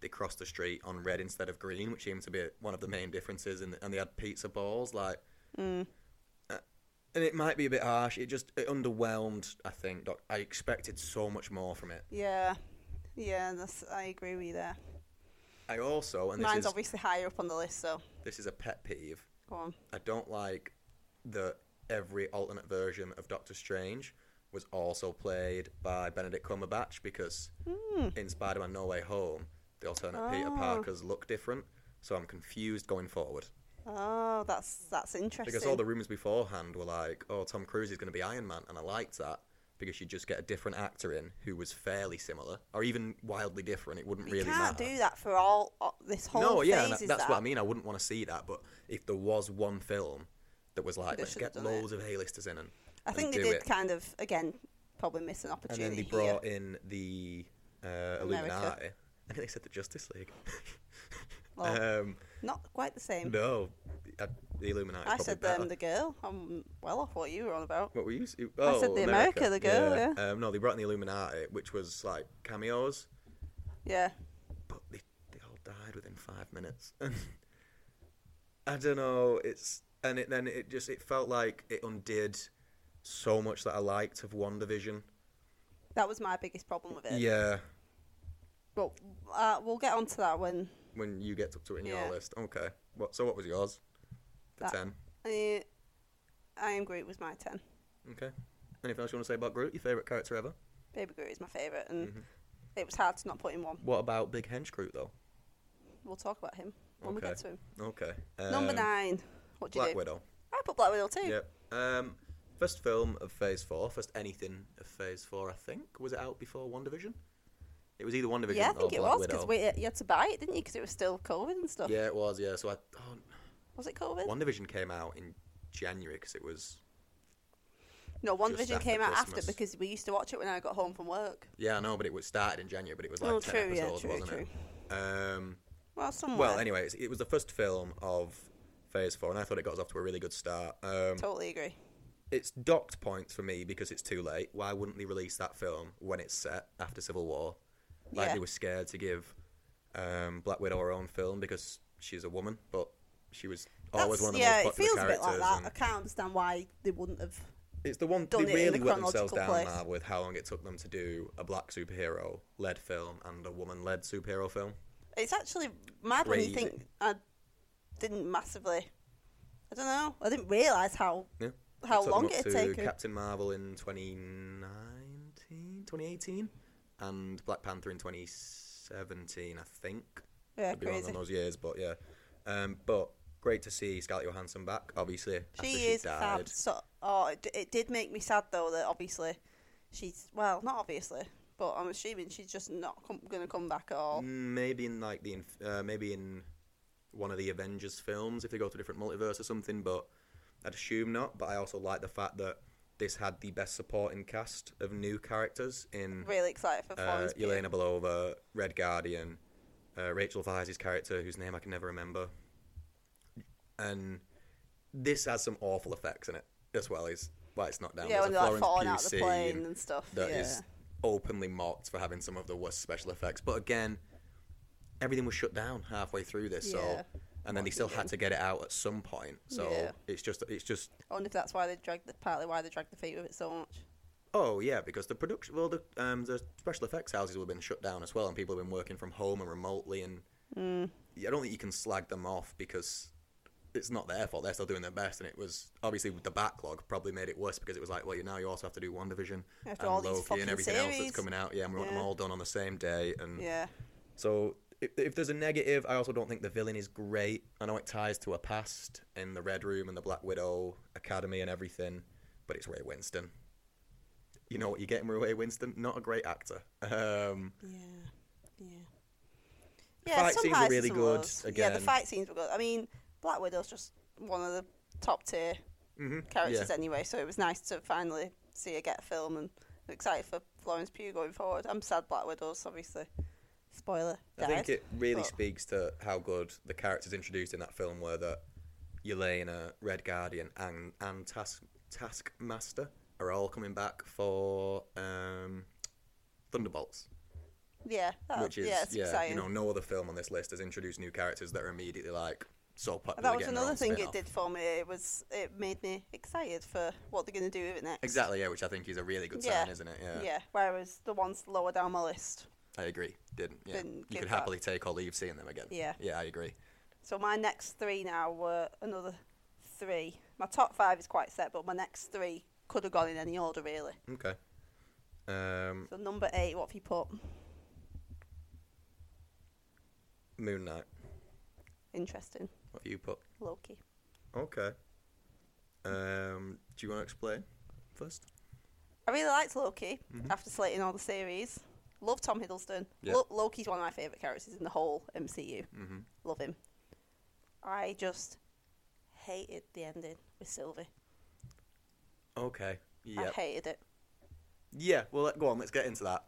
A: they cross the street on red instead of green, which seemed to be one of the main differences. And, and they had pizza balls, like.
B: Mm.
A: Uh, And it might be a bit harsh. It just it underwhelmed. I think. Doc, I expected so much more from it.
B: Yeah, yeah, that's, I agree with you there.
A: I also, and this
B: Mine's
A: is,
B: obviously higher up on the list, so
A: this is a pet peeve,
B: go on.
A: I don't like that every alternate version of Doctor Strange was also played by Benedict Cumberbatch because in Spider Man No Way Home, the alternate Peter
B: Hmm. Oh.
A: Parkers look different. So I'm confused going forward.
B: Oh, that's that's interesting.
A: Because all the rumours beforehand were like, oh, Tom Cruise is going to be Iron Man, and I liked that because you just get a different actor in who was fairly similar or even wildly different. It wouldn't
B: You
A: really
B: can't
A: matter.
B: do that for all uh, this whole
A: no,
B: phase.
A: yeah, and
B: is
A: that- that's
B: that.
A: what I mean. I wouldn't want to see that, but if there was one film that was like,
B: They
A: let's
B: should have
A: get
B: done it.
A: loads of A-listers in and,
B: I
A: and
B: think they
A: do
B: did
A: it.
B: kind of again probably miss an
A: and then they
B: opportunity here.
A: brought in the uh, Illuminati, and they said the Justice League.
B: Well,
A: um,
B: not quite the same.
A: no, I, the Illuminati.
B: I
A: probably
B: said
A: better.
B: um, the girl. I'm well off what you were on about.
A: What were you? s- you-
B: I
A: Oh,
B: said the America, the girl,
A: Um, no, they brought in the Illuminati, which was like cameos,
B: Yeah,
A: but they, they all died within five minutes. I don't know. It's and it then it just it felt like it undid so much that I liked of One Division.
B: that was my biggest problem with it.
A: Yeah,
B: But uh, we'll get onto that when
A: when you get up to it in
B: Yeah.
A: your list, okay. What? So what was yours? The
B: That-
A: ten.
B: uh, I am Groot was my ten.
A: Okay. Anything else you want to say about Groot? Your favorite character ever?
B: Baby Groot is my favourite, and
A: Mm-hmm.
B: it was hard to not put in one.
A: What about Big Hench Groot though?
B: We'll talk about him when we
A: Okay.
B: get to him.
A: Okay.
B: Number
A: um,
B: nine. What do you
A: Black
B: do?
A: Widow.
B: I put Black Widow too.
A: Yep. Um, first film of Phase Four. First anything of Phase Four, I think. Was it out before One Division? It was either One Division
B: Yeah, I
A: or
B: think it
A: Black
B: was because
A: Widow.
B: you had to buy it, didn't you? Because it was still COVID and stuff.
A: Yeah, it was. Yeah. So I, oh,
B: Was it COVID?
A: One Division came out in January because it was.
B: no, One
A: just
B: Division
A: after
B: came out after
A: Christmas.
B: because we used to watch it when I got home from work.
A: Yeah, I know, but it was started in January, but it was like
B: Oh,
A: ten
B: true, yeah,
A: episodes,
B: true,
A: wasn't it? Um,
B: Well, somewhere.
A: well, anyway, it's- it was the first film of Phase Four, and I thought it got us off to a really good start. Um,
B: Totally agree.
A: it's docked points for me because it's too late. Why wouldn't they release that film when it's set after Civil War? Like
B: Yeah.
A: they were scared to give um, Black Widow her own film because she's a woman, but she Oh, was always one of the
B: yeah,
A: most
B: it feels
A: popular
B: a bit
A: characters.
B: like that. I
A: and
B: can't understand why they wouldn't have.
A: It's the one
B: done
A: they
B: it in
A: really
B: the
A: let themselves
B: chronological
A: down
B: place.
A: Marv, with how long it took them to do a black superhero led film and a woman led superhero film.
B: It's actually mad when you
A: Crazy.
B: think I didn't massively. I don't know. I didn't realise how
A: Yeah.
B: How
A: took them
B: long
A: up
B: it
A: to
B: take her-
A: Captain Marvel in 2019, 2018, and Black Panther in 2017, I think.
B: yeah
A: Could be wrong
B: crazy.
A: on those years, but yeah. Um, but great to see Scarlett Johansson back. Obviously, after
B: She
A: she
B: is
A: died.
B: fab. So, oh, it, d- it did make me sad though that obviously she's well, not obviously, but I'm assuming she's just not com- going to come back at all.
A: Mm, Maybe in like the inf- uh, maybe in one of the Avengers films if they go to a different multiverse or something, but I'd assume not. But I also like the fact that this had the best supporting cast of new characters in
B: Really excited for
A: Mm. uh,
B: Florence. Pugh.
A: Elena Belova, Red Guardian, uh, Rachel Viz's character, whose name I can never remember. And this has some awful effects in it as well. Is why it's not down.
B: yeah,
A: There's
B: when
A: a
B: they're like
A: Florence
B: falling
A: Pugh
B: out of the
A: scene
B: plane and stuff.
A: that
B: yeah.
A: is openly mocked for having some of the worst special effects. But again, everything was shut down halfway through this,
B: Yeah.
A: so and then they still had to get it out at some point. So
B: Yeah.
A: it's just it's just
B: I wonder if that's why they dragged the partly why they dragged the feet with it so much.
A: Oh yeah, because the production, well, the um, the special effects houses have been shut down as well, and people have been working from home and remotely, and
B: Mm.
A: I don't think you can slag them off because it's not their fault. They're still doing their best, and it was obviously with the backlog probably made it worse because it was like, well, you now you also have to do One Division and
B: After all these
A: Loki
B: fucking
A: and everything else
B: series.
A: that's coming out. Yeah, and we want them
B: Yeah.
A: all done on the same day, and
B: Yeah,
A: so if, if there's a negative, I also don't think the villain is great. I know it ties to a past in the Red Room and the Black Widow Academy and everything, but it's Ray Winston. You know what you get in Ray Winston? Not a great actor. Um,
B: yeah, yeah. Yeah,
A: Fight
B: some
A: scenes were
B: highs and
A: really
B: some
A: good,
B: lows. Yeah, the
A: again.
B: fight scenes were good. I mean, Black Widow's just one of the top tier
A: mhm,
B: characters
A: yeah.
B: anyway, so it was nice to finally see her get a film and I'm excited for Florence Pugh going forward. I'm sad Black Widow's obviously spoiler.
A: I
B: Died.
A: think it really
B: but-
A: speaks to how good the characters introduced in that film were that Yelena, Red Guardian, and, and Task, Taskmaster are all coming back for um, Thunderbolts.
B: yeah, that,
A: which is
B: yeah,
A: yeah,
B: it's exciting.
A: you know, no other film on this list has introduced new characters that are immediately like so popular.
B: And that was
A: getting their
B: another
A: own
B: thing it
A: spin-off.
B: did for me. It was it made me excited for what they're going to do with it next.
A: Exactly, yeah, which I think is a really good
B: Yeah.
A: sign, isn't it?
B: Yeah.
A: Yeah,
B: Whereas the ones lower down my list.
A: I agree. Didn't yeah,
B: Didn't
A: you
B: give
A: could
B: that-
A: happily take or leave seeing them again.
B: Yeah.
A: yeah, I agree.
B: So my next three now were another three. My top five is quite set, but my next three could have gone in any order really.
A: Okay. Um,
B: So number eight, what have you put?
A: Moon Knight.
B: Interesting.
A: What have you put?
B: Loki.
A: Okay. Um, do you want to explain first?
B: I really liked Loki after slating all the series. Love Tom Hiddleston.
A: Mm-hmm. Yeah.
B: Lo- Loki's one of my favourite characters in the whole MCU.
A: Mm-hmm.
B: Love him. I just hated the ending with Sylvie.
A: Okay.
B: I
A: Yeah.
B: hated it.
A: Yeah. Well, let- go on. Let's get into that.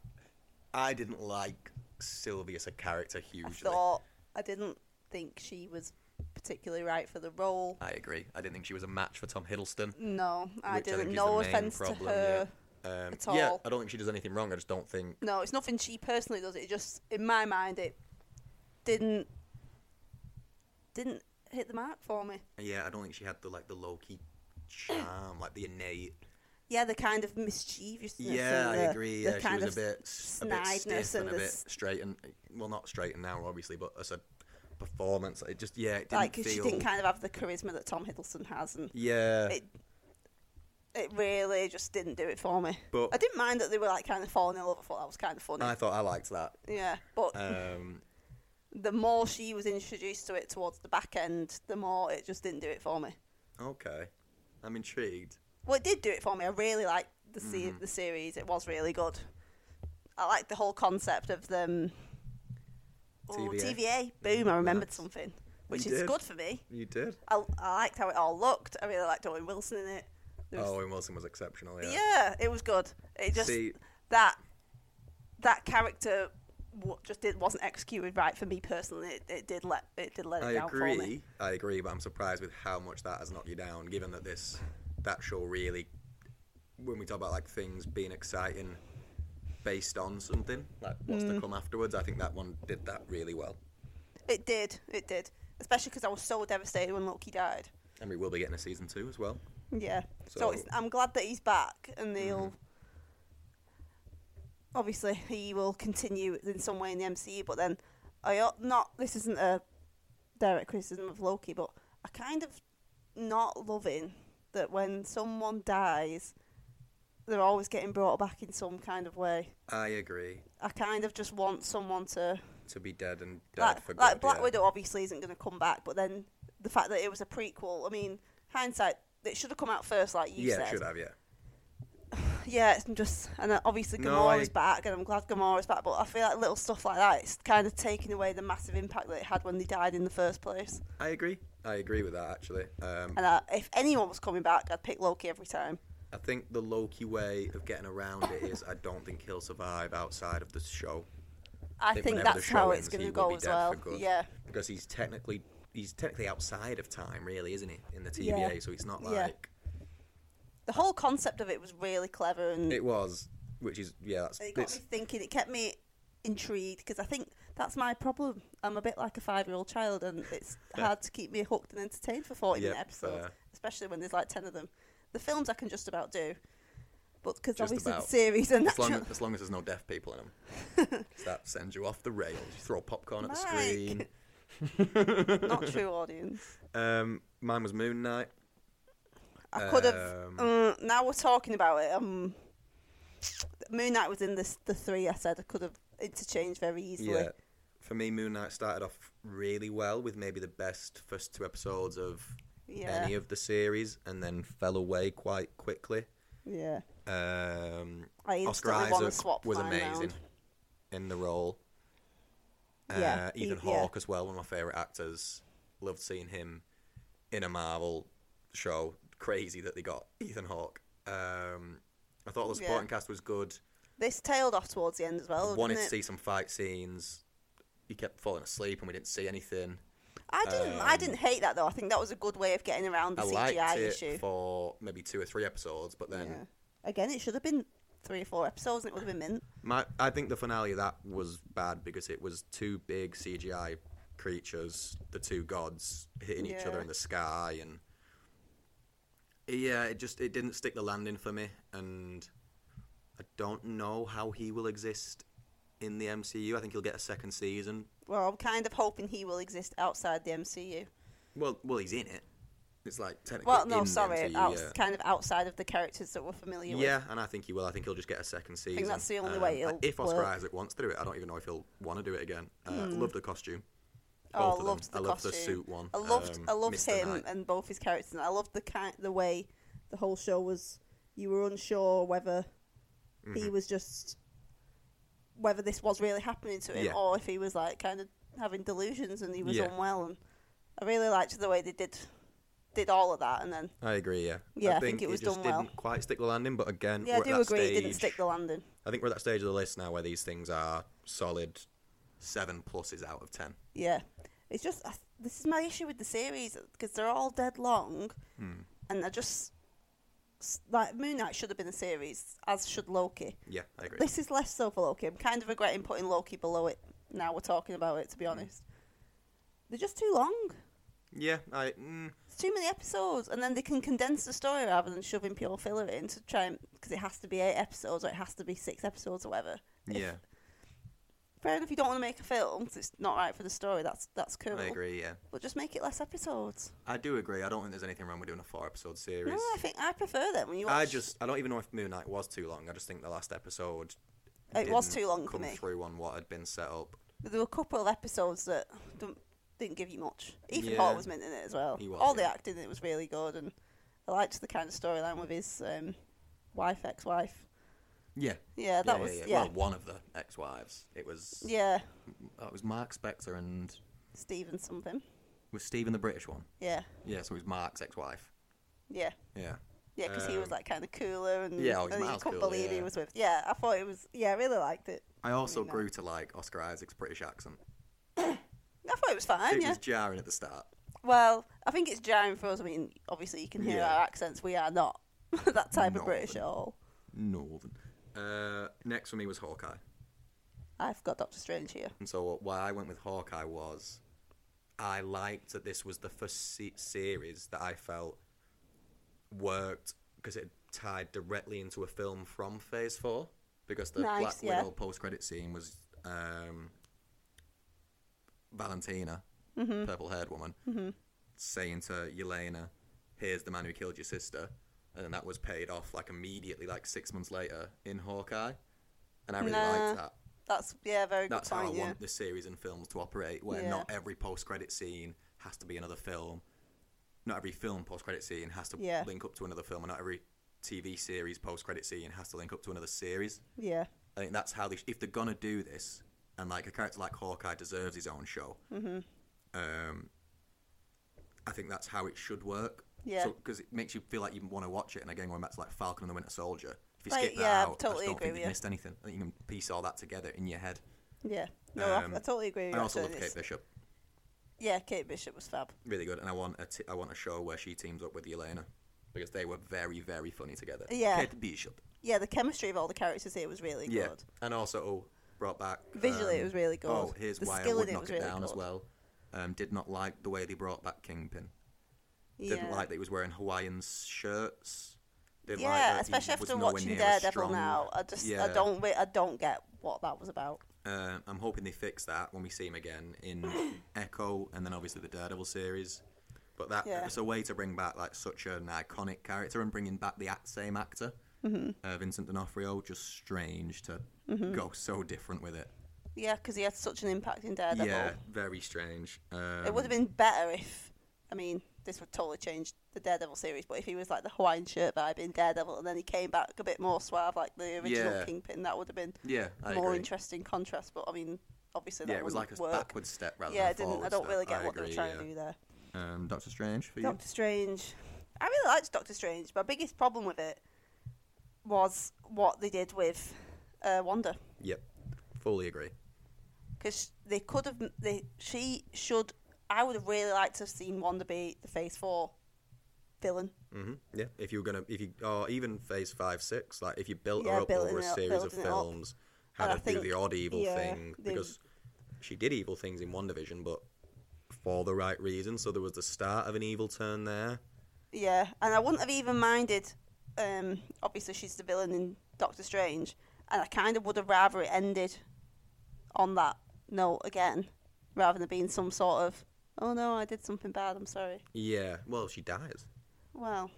A: I didn't like Sylvie as a character hugely.
B: I thought I didn't think she was particularly right for the role.
A: I agree. I didn't think she was a match for Tom Hiddleston.
B: No, I
A: which I think
B: didn't.
A: is
B: No
A: the main
B: offense
A: problem,
B: to her.
A: Um,
B: at
A: Yeah,
B: all.
A: I don't think she does anything wrong. I just don't think.
B: No, it's nothing she personally does. It just, in my mind, it didn't didn't hit the mark for me.
A: Yeah, I don't think she had the like the low key charm, like the innate.
B: Yeah, the kind of mischievousness.
A: Yeah,
B: and
A: I
B: the-
A: agree.
B: the
A: Yeah, she
B: kind
A: was a
B: of
A: bit, s- a bit stiff
B: snideness
A: and a
B: and the
A: bit
B: s-
A: straight and well, not straight and now obviously, but as a performance, it just yeah, it didn't
B: like
A: feel.
B: she didn't kind of have the charisma that Tom Hiddleston has, and
A: yeah,
B: it it really just didn't do it for me.
A: but
B: I didn't mind that they were like kind of falling in love. I thought that was kind of funny.
A: I thought I liked that.
B: yeah, but
A: Um,
B: the more she was introduced to it towards the back end, the more it just didn't do it for me.
A: okay, I'm intrigued.
B: Well, it did do it for me. I really liked the se-
A: Mm-hmm.
B: the series. It was really good. I liked the whole concept of them. Oh,
A: TVA.
B: TVA. Boom! I remembered
A: Nice.
B: something, which
A: You
B: is
A: did.
B: good for me.
A: You did.
B: I, I liked how it all looked. I really liked Owen Wilson in it. There was-
A: Oh, Owen Wilson was exceptional.
B: yeah.
A: Yeah.
B: it was good. It just
A: See,
B: that that character w- just did, wasn't executed right for me personally. It, it did let it did let it
A: I
B: down for me.
A: agree. I agree, but I'm surprised with how much that has knocked you down. Given that this that show really, when we talk about like things being exciting based on something like what's
B: Mm.
A: to come afterwards, I think that one did that really well.
B: It did. It did. Especially because I was so devastated when Loki died.
A: And we will be getting a season two as well.
B: Yeah. So,
A: So- Mm-hmm.
B: it's, I'm glad that he's back, and they'll. Obviously, he will continue in some way in the MCU, but then I o- not. This isn't a direct criticism of Loki, but I kind of not loving that when someone dies, they're always getting brought back in some kind of way.
A: I agree.
B: I kind of just want someone to
A: To be dead and dead
B: like,
A: for good.
B: like Black
A: yeah.
B: Widow obviously isn't going to come back, but then the fact that it was a prequel, I mean, hindsight, it should have come out first, like you
A: Yeah,
B: said.
A: it should have. Yeah.
B: Yeah, it's just, and then obviously
A: No,
B: Gamora's
A: I-
B: back, and I'm glad Gamora's back, but I feel like little stuff like that, it's kind of taking away the massive impact that it had when they died in the first place.
A: I agree. I agree with that actually. Um,
B: And I, if anyone was coming back, I'd pick Loki every time.
A: I think the Loki way of getting around it is I don't think he'll survive outside of the show
B: I
A: think
B: think
A: whenever the
B: that's
A: show
B: how it's
A: ends,
B: going
A: he
B: to
A: will
B: go
A: be
B: as
A: dead for
B: well.
A: good.
B: Yeah,
A: because he's technically he's technically outside of time, really, isn't he? In the TVA,
B: Yeah.
A: so it's not
B: Yeah.
A: like
B: the whole concept of it was really clever, and
A: it was, which is yeah, that's
B: It got
A: it's,
B: me thinking. It kept me intrigued because I think that's my problem. I'm a bit like a five-year-old child, and it's hard to keep me hooked and entertained for forty-minute
A: Yep,
B: episodes,
A: fair.
B: especially when there's like ten of them. The films I can just about do, but because
A: Just
B: obviously
A: about.
B: the series and
A: as
B: that.
A: long
B: show-
A: as, as long as there's no deaf people in them, that sends you off the rails. You throw popcorn at the
B: Mike.
A: screen.
B: not true audience.
A: Um, mine was Moon Knight.
B: I could have.
A: Um,
B: uh, now we're talking about it. Um, Moon Knight was in this. The three I said I could have interchanged very easily.
A: Yeah, for me, Moon Knight started off really well with maybe the best first two episodes of
B: Yeah.
A: any of the series, and then fell away quite quickly.
B: yeah.
A: Um,
B: I
A: Oscar
B: instantly want to
A: Isaac
B: swap
A: was
B: mine
A: amazing
B: round.
A: in the role. Uh,
B: Yeah, he-
A: Ethan
B: yeah.
A: Hawke as well, one of my favorite actors. Loved seeing him in a Marvel show. Crazy that they got Ethan Hawke. Um, I thought the
B: Yeah.
A: supporting cast was good.
B: This tailed off towards the end as well.
A: Wanted
B: didn't
A: to
B: it?
A: see some fight scenes. He kept falling asleep, and we didn't see anything.
B: I didn't. I
A: Um,
B: didn't hate that though. I think that was a good way of getting around the
A: I liked
B: CGI
A: it
B: issue.
A: for maybe two or three episodes, but then
B: Yeah. Again, it should have been three or four episodes, and it would have been mint.
A: My, I think the finale of that was bad because it was two big CGI creatures, the two gods hitting each other
B: Yeah.
A: in the sky, and yeah, it just it didn't stick the landing for me, and I don't know how he will exist in the MCU. I think he'll get a second season.
B: Well, I'm kind of hoping he will exist outside the MCU.
A: Well, well, he's in it. It's like technically
B: Well, no,
A: in the
B: sorry,
A: MCU,
B: outs-
A: yeah.
B: kind of outside of the characters that we're familiar with.
A: Yeah, and I think he will. I think he'll just get a second season. Um,
B: that's the only way it'll
A: If Oscar
B: work. Hmm.
A: Isaac wants to do it, I don't even know if he'll want to do it again. Uh, Love the costume.
B: Oh,
A: Both of
B: I
A: them.
B: loved the
A: I loved the
B: costume.
A: suit one.
B: I loved.
A: um,
B: I loved
A: Mr.
B: him
A: Knight.
B: and both his characters. And I loved the kind, the way the whole show was. You were unsure whether
A: Mm-hmm.
B: He was just whether this was really happening to him
A: Yeah.
B: or if he was like kind of having delusions and he was
A: Yeah.
B: unwell. And I really liked the way they did did all of that. And then
A: I agree. Yeah.
B: Yeah, I think
A: he
B: it was
A: just
B: done well.
A: didn't quite stick the landing, but again,
B: yeah,
A: we're
B: I
A: at
B: do
A: that
B: agree it didn't
A: stage-
B: stick the landing.
A: I think we're at that stage of the list now where these things are solid seven pluses out of ten.
B: Yeah, it's just I, th- this is my issue with the series because they're all dead long,
A: Hmm.
B: and I just s- like Moon Knight should have been a series, as should Loki.
A: Yeah, I agree.
B: This is less so for Loki. I'm kind of regretting putting Loki below it. Now we're talking about it, to
A: Hmm.
B: be honest. They're just too long.
A: Yeah, I. Mm,
B: It's too many episodes, and then they can condense the story rather than shoving pure filler in to try and because it has to be eight episodes or it has to be six episodes or whatever. If-
A: yeah,
B: fair enough. You don't want to make a film 'cause it's not right for the story. That's that's cool.
A: I agree. Yeah,
B: But just make it less episodes.
A: I do agree. I don't think there's anything wrong with doing a four-episode series.
B: No, I think I prefer them when you watch.
A: I just, I don't even know if Moon Knight was too long. I just think the last episode.
B: It was
A: didn't
B: too long for
A: come
B: me.
A: through on what had been set up.
B: there were a couple of episodes that don't, didn't give you much. Ethan
A: Yeah.
B: Hawke was mint in it as well.
A: He was,
B: All the
A: yeah.
B: acting in it was really good, and I liked the kind of storyline with his um, wife, ex-wife.
A: Yeah.
B: Yeah, that was yeah,
A: Well, one of the ex-wives. It was. Yeah.
B: yeah.
A: Oh, it was Mark Spector and
B: Steven something.
A: was Stephen the British one.
B: Yeah,
A: Yeah, so it was Mark's ex-wife.
B: yeah,
A: Yeah.
B: yeah. Because he was
A: Um,
B: like kind of cooler, and
A: yeah, oh, he's
B: and you
A: miles
B: couldn't
A: cooler,
B: believe he
A: yeah.
B: was with. Yeah, I thought it was. Yeah, I really liked it.
A: I also
B: know.
A: grew to like Oscar Isaac's British accent.
B: I thought it was fine.
A: it
B: yeah.
A: was jarring at the start.
B: Well, I think it's jarring for us. I mean, obviously you can hear
A: Yeah.
B: our accents. We are not that type of
A: Northern.
B: British at all.
A: Northern. Uh, next for me was Hawkeye.
B: I've got Doctor Strange here.
A: And so why I went with Hawkeye was I liked that this was the first se- series that I felt worked because it tied directly into a film from Phase 4 because the
B: Nice,
A: Black
B: yeah.
A: Widow post-credit scene was um, Valentina,
B: Mm-hmm.
A: purple-haired woman, saying to Yelena, here's the man who killed your sister. And that was paid off like immediately, like six months later in Hawkeye. And I really
B: Nah.
A: liked that
B: That's yeah, very
A: that's
B: good
A: how I
B: point. yeah.
A: want the series and films to operate, where
B: Yeah.
A: not every post-credit scene has to be another film, not every film post-credit scene has to
B: Yeah.
A: link up to another film, and not every TV series post-credit scene has to link up to another series.
B: yeah,
A: I think that's how they. Sh- if they're gonna do this, and like a character like Hawkeye deserves his own show,
B: Mm-hmm.
A: um, I think that's how it should work.
B: Yeah.
A: Because it makes you feel like you want to watch it, and again, going back to like Falcon and the Winter Soldier, if you
B: Right,
A: skip that
B: yeah, I
A: out, I just don't
B: totally agree
A: think
B: with
A: you've
B: you.
A: missed anything. I think you can piece all that together in your head.
B: yeah. No, I-
A: Um,
B: I, totally agree. With
A: I
B: you,
A: also
B: actually,
A: love
B: and
A: Kate
B: it's-
A: Bishop.
B: Yeah, Kate Bishop was fab.
A: Really good. And I want a t- I want a show where she teams up with Elena because they were very very funny together.
B: Yeah.
A: Kate Bishop.
B: Yeah, the chemistry of all the characters here was really
A: Yeah.
B: good.
A: And also oh, brought back
B: Visually, it
A: um,
B: was really good.
A: Oh, here's
B: The
A: why I
B: skill
A: would
B: in it
A: knock
B: was
A: it
B: really
A: down as
B: good.
A: well. Um, did not like the way they brought back Kingpin.
B: Yeah,
A: Didn't like that he was wearing Hawaiian shirts. Didn't like
B: yeah,
A: that he
B: especially
A: was
B: after
A: nowhere
B: watching
A: near as
B: Daredevil
A: strong.
B: now. I just I
A: Yeah.
B: don't wi- I don't get what that was about.
A: Uh, I'm hoping they fix that when we see him again in Echo, and then obviously the Daredevil series. But that
B: Yeah.
A: it's a way to bring back like such an iconic character and bringing back the act, same actor,
B: Mm-hmm.
A: uh, Vincent D'Onofrio. Just strange to go so different with it.
B: Yeah, because he had such an impact in Daredevil.
A: yeah, very strange. Um,
B: It would have been better if, I mean, this would totally change the Daredevil series, but if he was like the Hawaiian shirt vibe in Daredevil and then he came back a bit more suave like the original
A: Yeah.
B: Kingpin, that would have been
A: yeah, I
B: more
A: agree.
B: interesting contrast. But I mean, obviously that
A: Yeah, it was like
B: wouldn't
A: a
B: work.
A: backward step rather
B: yeah, I
A: than a
B: didn't. I
A: forward
B: don't
A: step.
B: really get what
A: agree,
B: they were trying to
A: yeah.
B: do there.
A: Um, Doctor Strange for you?
B: Doctor Strange. I really liked Doctor Strange. My biggest problem with it was what they did with uh, Wanda.
A: Yep, fully agree.
B: because they could have. They she should. I would have really liked to have seen Wanda be the Phase Four villain.
A: hmm Yeah, if you were gonna, if you, or even phase five, six, like if you built
B: Yeah,
A: her up
B: building
A: over a
B: it up,
A: series of
B: building it up.
A: films, had
B: And I
A: her do
B: think-
A: the odd evil
B: yeah,
A: thing
B: they-
A: because she did evil things in one division, but for the right reason. So there was the start of an evil turn there.
B: Yeah, and I wouldn't have even minded. Um, obviously, she's the villain in Doctor Strange, and I kind of would have rather it ended on that note again, rather than being some sort of "Oh no, I did something bad. I'm sorry."
A: Yeah, well, she dies,
B: Well,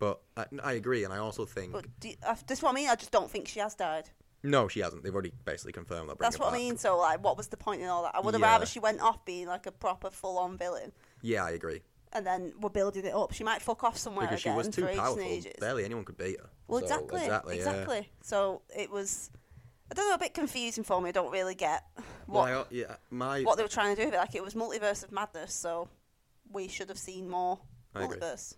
A: but I, I agree, and I also think
B: but do, I, that's what I mean. I just don't think she has died.
A: no, she hasn't. They've already basically confirmed that.
B: That's what I mean. So, like, what was the point in all that? I would have
A: Yeah.
B: rather she went off being like a proper full-on villain
A: Yeah, I agree.
B: and then we're building it up. She might fuck off somewhere
A: because she
B: again
A: was too
B: for
A: powerful.
B: ages and ages.
A: Barely anyone could beat her.
B: Well,
A: So,
B: exactly, exactly.
A: yeah.
B: So it was, I don't know, a bit confusing for me. I don't really get
A: Well,
B: what
A: I, yeah, my
B: what they were trying to do with it. Like it was multiverse of madness, so we should have seen more
A: I agree.
B: multiverse.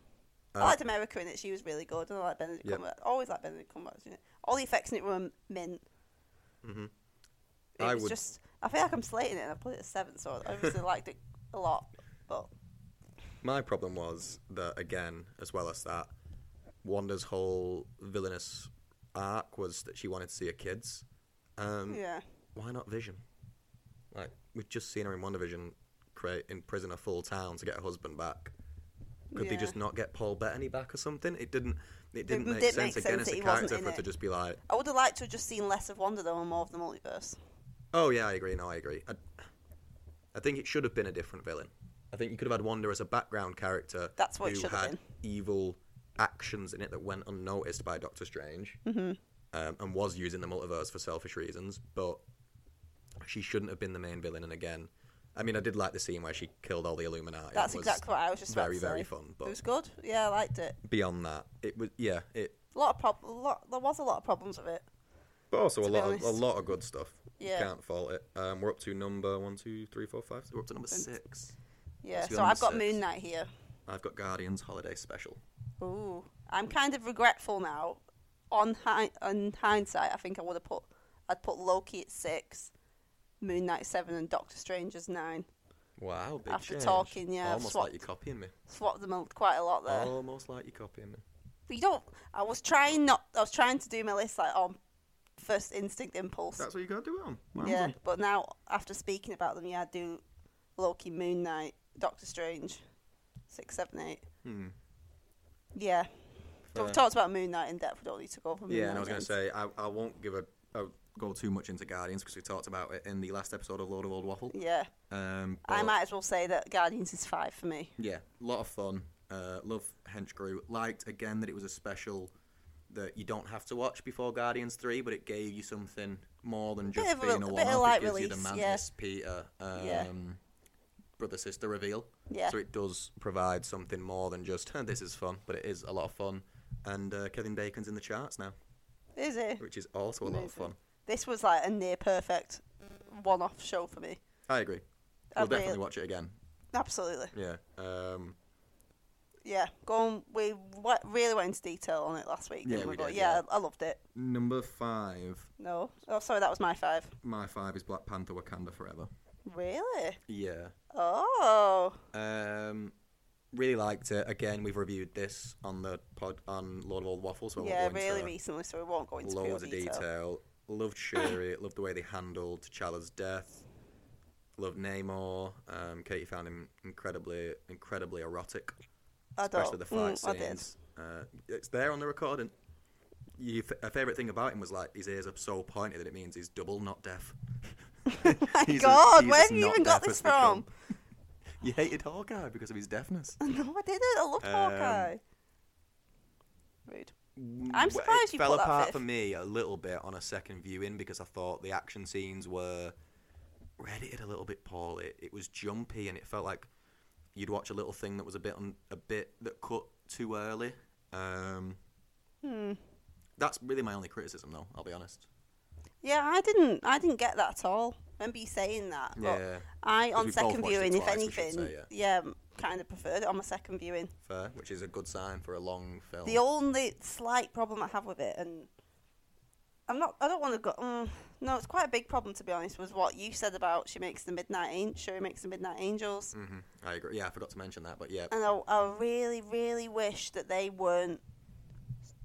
A: Uh,
B: I liked America in it; she was really good. And I like Benedict
A: Yep.
B: Cumberbatch. I always like Benedict Cumberbatch. In it. All the effects in it were mint. It
A: Mm-hmm. I
B: was
A: would-
B: just. I feel like I'm slating it. and I put it at seven, so I obviously liked it a lot. But
A: my problem was that again, as well as that, Wanda's whole villainous arc was that she wanted to see her kids. Um,
B: yeah,
A: Why not Vision? Like we've just seen her in WandaVision, create imprison a full town to get her husband back. Could they
B: Yeah.
A: just not get Paul Bettany back or something? It didn't. It didn't
B: m-
A: make
B: didn't
A: sense
B: make
A: again
B: sense
A: as
B: that
A: a
B: he wasn't
A: character
B: in
A: for her to
B: it.
A: just be like,
B: I would have liked to have just seen less of Wonder though and more of the multiverse.
A: Oh yeah, I agree. No, I agree. I, I think it should have been a different villain. I think you could have had Wanda as a background character.
B: That's what it
A: who
B: should have
A: had
B: been.
A: evil actions in it that went unnoticed by Doctor Strange,
B: Mm-hmm.
A: um, and was using the multiverse for selfish reasons. But she shouldn't have been the main villain. And again, I mean, I did like the scene where she killed all the Illuminati. It
B: That's
A: was
B: exactly what I was just about
A: very
B: to say.
A: very fun.
B: It
A: But
B: was good. Yeah, I liked it.
A: beyond that, it was yeah. It
B: A lot of prob- a lot, there was a lot of problems with it.
A: but also a
B: be
A: lot of, a
B: honest.
A: lot of good stuff.
B: Yeah.
A: Can't fault it. Um, we're up to number one, two, three, four, five. So we're up to number six.
B: Yeah,
A: Let's be
B: so
A: on
B: I've
A: the
B: got Moon
A: sixth.
B: Knight here.
A: I've got Guardians Holiday Special.
B: Ooh, I'm kind of regretful now. On hi- on hindsight, I think I would have put I'd put Loki at six, Moon Knight seven, and Doctor Strange as nine.
A: Wow, big
B: After
A: change.
B: talking, yeah, I've
A: almost like
B: swapped-
A: you're copying me.
B: Swapped them out quite a lot there.
A: Almost like you're copying me.
B: But you don't. I was trying not. I was trying to do my list like on first instinct impulse.
A: That's what you gotta do it on. Well
B: yeah,
A: done.
B: but now after speaking about them, yeah, I do Loki, Moon Knight, Doctor Strange, six, seven, eight.
A: Hmm.
B: Yeah. So
A: Fair.
B: We've talked about Moon Knight in depth. We don't need to go over Moon
A: Yeah, and
B: Knight
A: I was gonna
B: again.
A: say I, I won't give a, a go too much into Guardians because we talked about it in the last episode of Lord of Old Waffle.
B: Yeah.
A: Um,
B: I
A: but
B: might as well say that Guardians is five for me.
A: Yeah, lot of fun. Uh, love Hench Grew. Liked again that it was a special that you don't have to watch before Guardians Three, but it gave you something more than just
B: Bit of a-
A: being a,
B: a bit of
A: one-off.
B: light
A: it gives you the
B: release, yeah.
A: Mantis, Peter, um,
B: Yeah.
A: brother sister reveal.
B: Yeah.
A: So it does provide something more than just "Huh, this is fun, but it is a lot of fun. And uh, Kevin Bacon's in the charts now,
B: Is it?
A: which is also a lot of
B: Amazing.
A: fun.
B: This was like a near perfect one off show for me.
A: I agree.
B: I
A: We'll definitely
B: really-
A: watch it again.
B: Absolutely.
A: Yeah. Um,
B: Yeah. Going, we w- really went into detail on it last week.
A: Yeah,
B: didn't
A: we
B: But
A: did,
B: yeah,
A: yeah.
B: I loved it.
A: number five.
B: No. Oh, sorry, that was my five.
A: My five is Black Panther: Wakanda Forever.
B: Really?
A: Yeah.
B: Oh.
A: Um, really liked it. Again, we've reviewed this on the pod on Lord of Old Waffles. So I won't
B: yeah,
A: go into
B: really recently, so we won't go into
A: loads
B: real
A: of
B: detail.
A: detail. Loved Shuri. loved the way they handled T'Challa's death. Loved Namor. Um, Katie found him incredibly, incredibly erotic,
B: I don't.
A: especially the fight
B: mm, I did.
A: scenes. Uh, it's there on the recording. You, a favorite thing about him was like his ears are so pointed that it means he's double, not deaf.
B: My
A: He's as-
B: God,
A: he's
B: where
A: as
B: have you
A: not
B: even got
A: deaf
B: this
A: as they come.
B: from?
A: you hated Hawkeye because of his deafness.
B: No, I didn't. I loved
A: Um,
B: Hawkeye. Rude.
A: Well,
B: I'm surprised
A: it
B: you
A: fell
B: put that
A: apart
B: fifth.
A: for me a little bit on a second viewing because I thought the action scenes were edited a little bit poorly. It was jumpy and it felt like you'd watch a little thing that was a bit un- a bit that cut too early. Um,
B: Hmm.
A: That's really my only criticism, though. I'll be honest.
B: Yeah, I didn't. I didn't get that at all. Remember you saying that? but
A: Yeah.
B: I on
A: we both
B: second
A: watched it
B: viewing, if
A: twice, we should
B: anything,
A: say, yeah.
B: yeah, kind of preferred it on my second viewing.
A: Fair, which is a good sign for a long film.
B: The only slight problem I have with it, and I'm not. I don't want to go. Mm, no, it's quite a big problem to be honest. Was what you said about she makes the midnight angel. Sure, makes the midnight angels.
A: hmm I agree. Yeah, I forgot to mention that, but yeah,
B: And I, I really, really wish that they weren't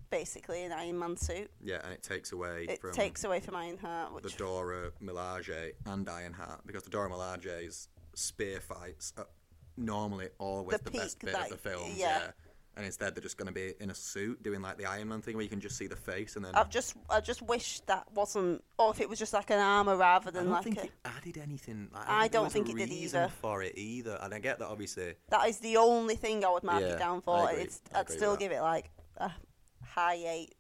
B: basically an Iron Man suit.
A: yeah, and it takes away
B: It
A: from
B: takes away from Ironheart, which
A: the Dora Milaje and Ironheart because the Dora Milaje's spear fights are normally always
B: The
A: the, best
B: peak,
A: bit
B: like,
A: of the film.
B: yeah.
A: Yeah. And instead, they're just going to be in a suit doing like the Iron Man thing where you can just see the face and then.
B: I've just I just wish that wasn't, or if it was just like an armor rather
A: I
B: than
A: don't
B: like
A: think
B: a,
A: it added anything. Like,
B: I
A: there
B: don't
A: was
B: think
A: a
B: it did
A: reason
B: either.
A: for it either. And I get that obviously.
B: that is the only thing I would mark
A: Yeah,
B: it down
A: I
B: for.
A: agree.
B: It's
A: I
B: I'd
A: agree with
B: still
A: that.
B: give it like a high eight,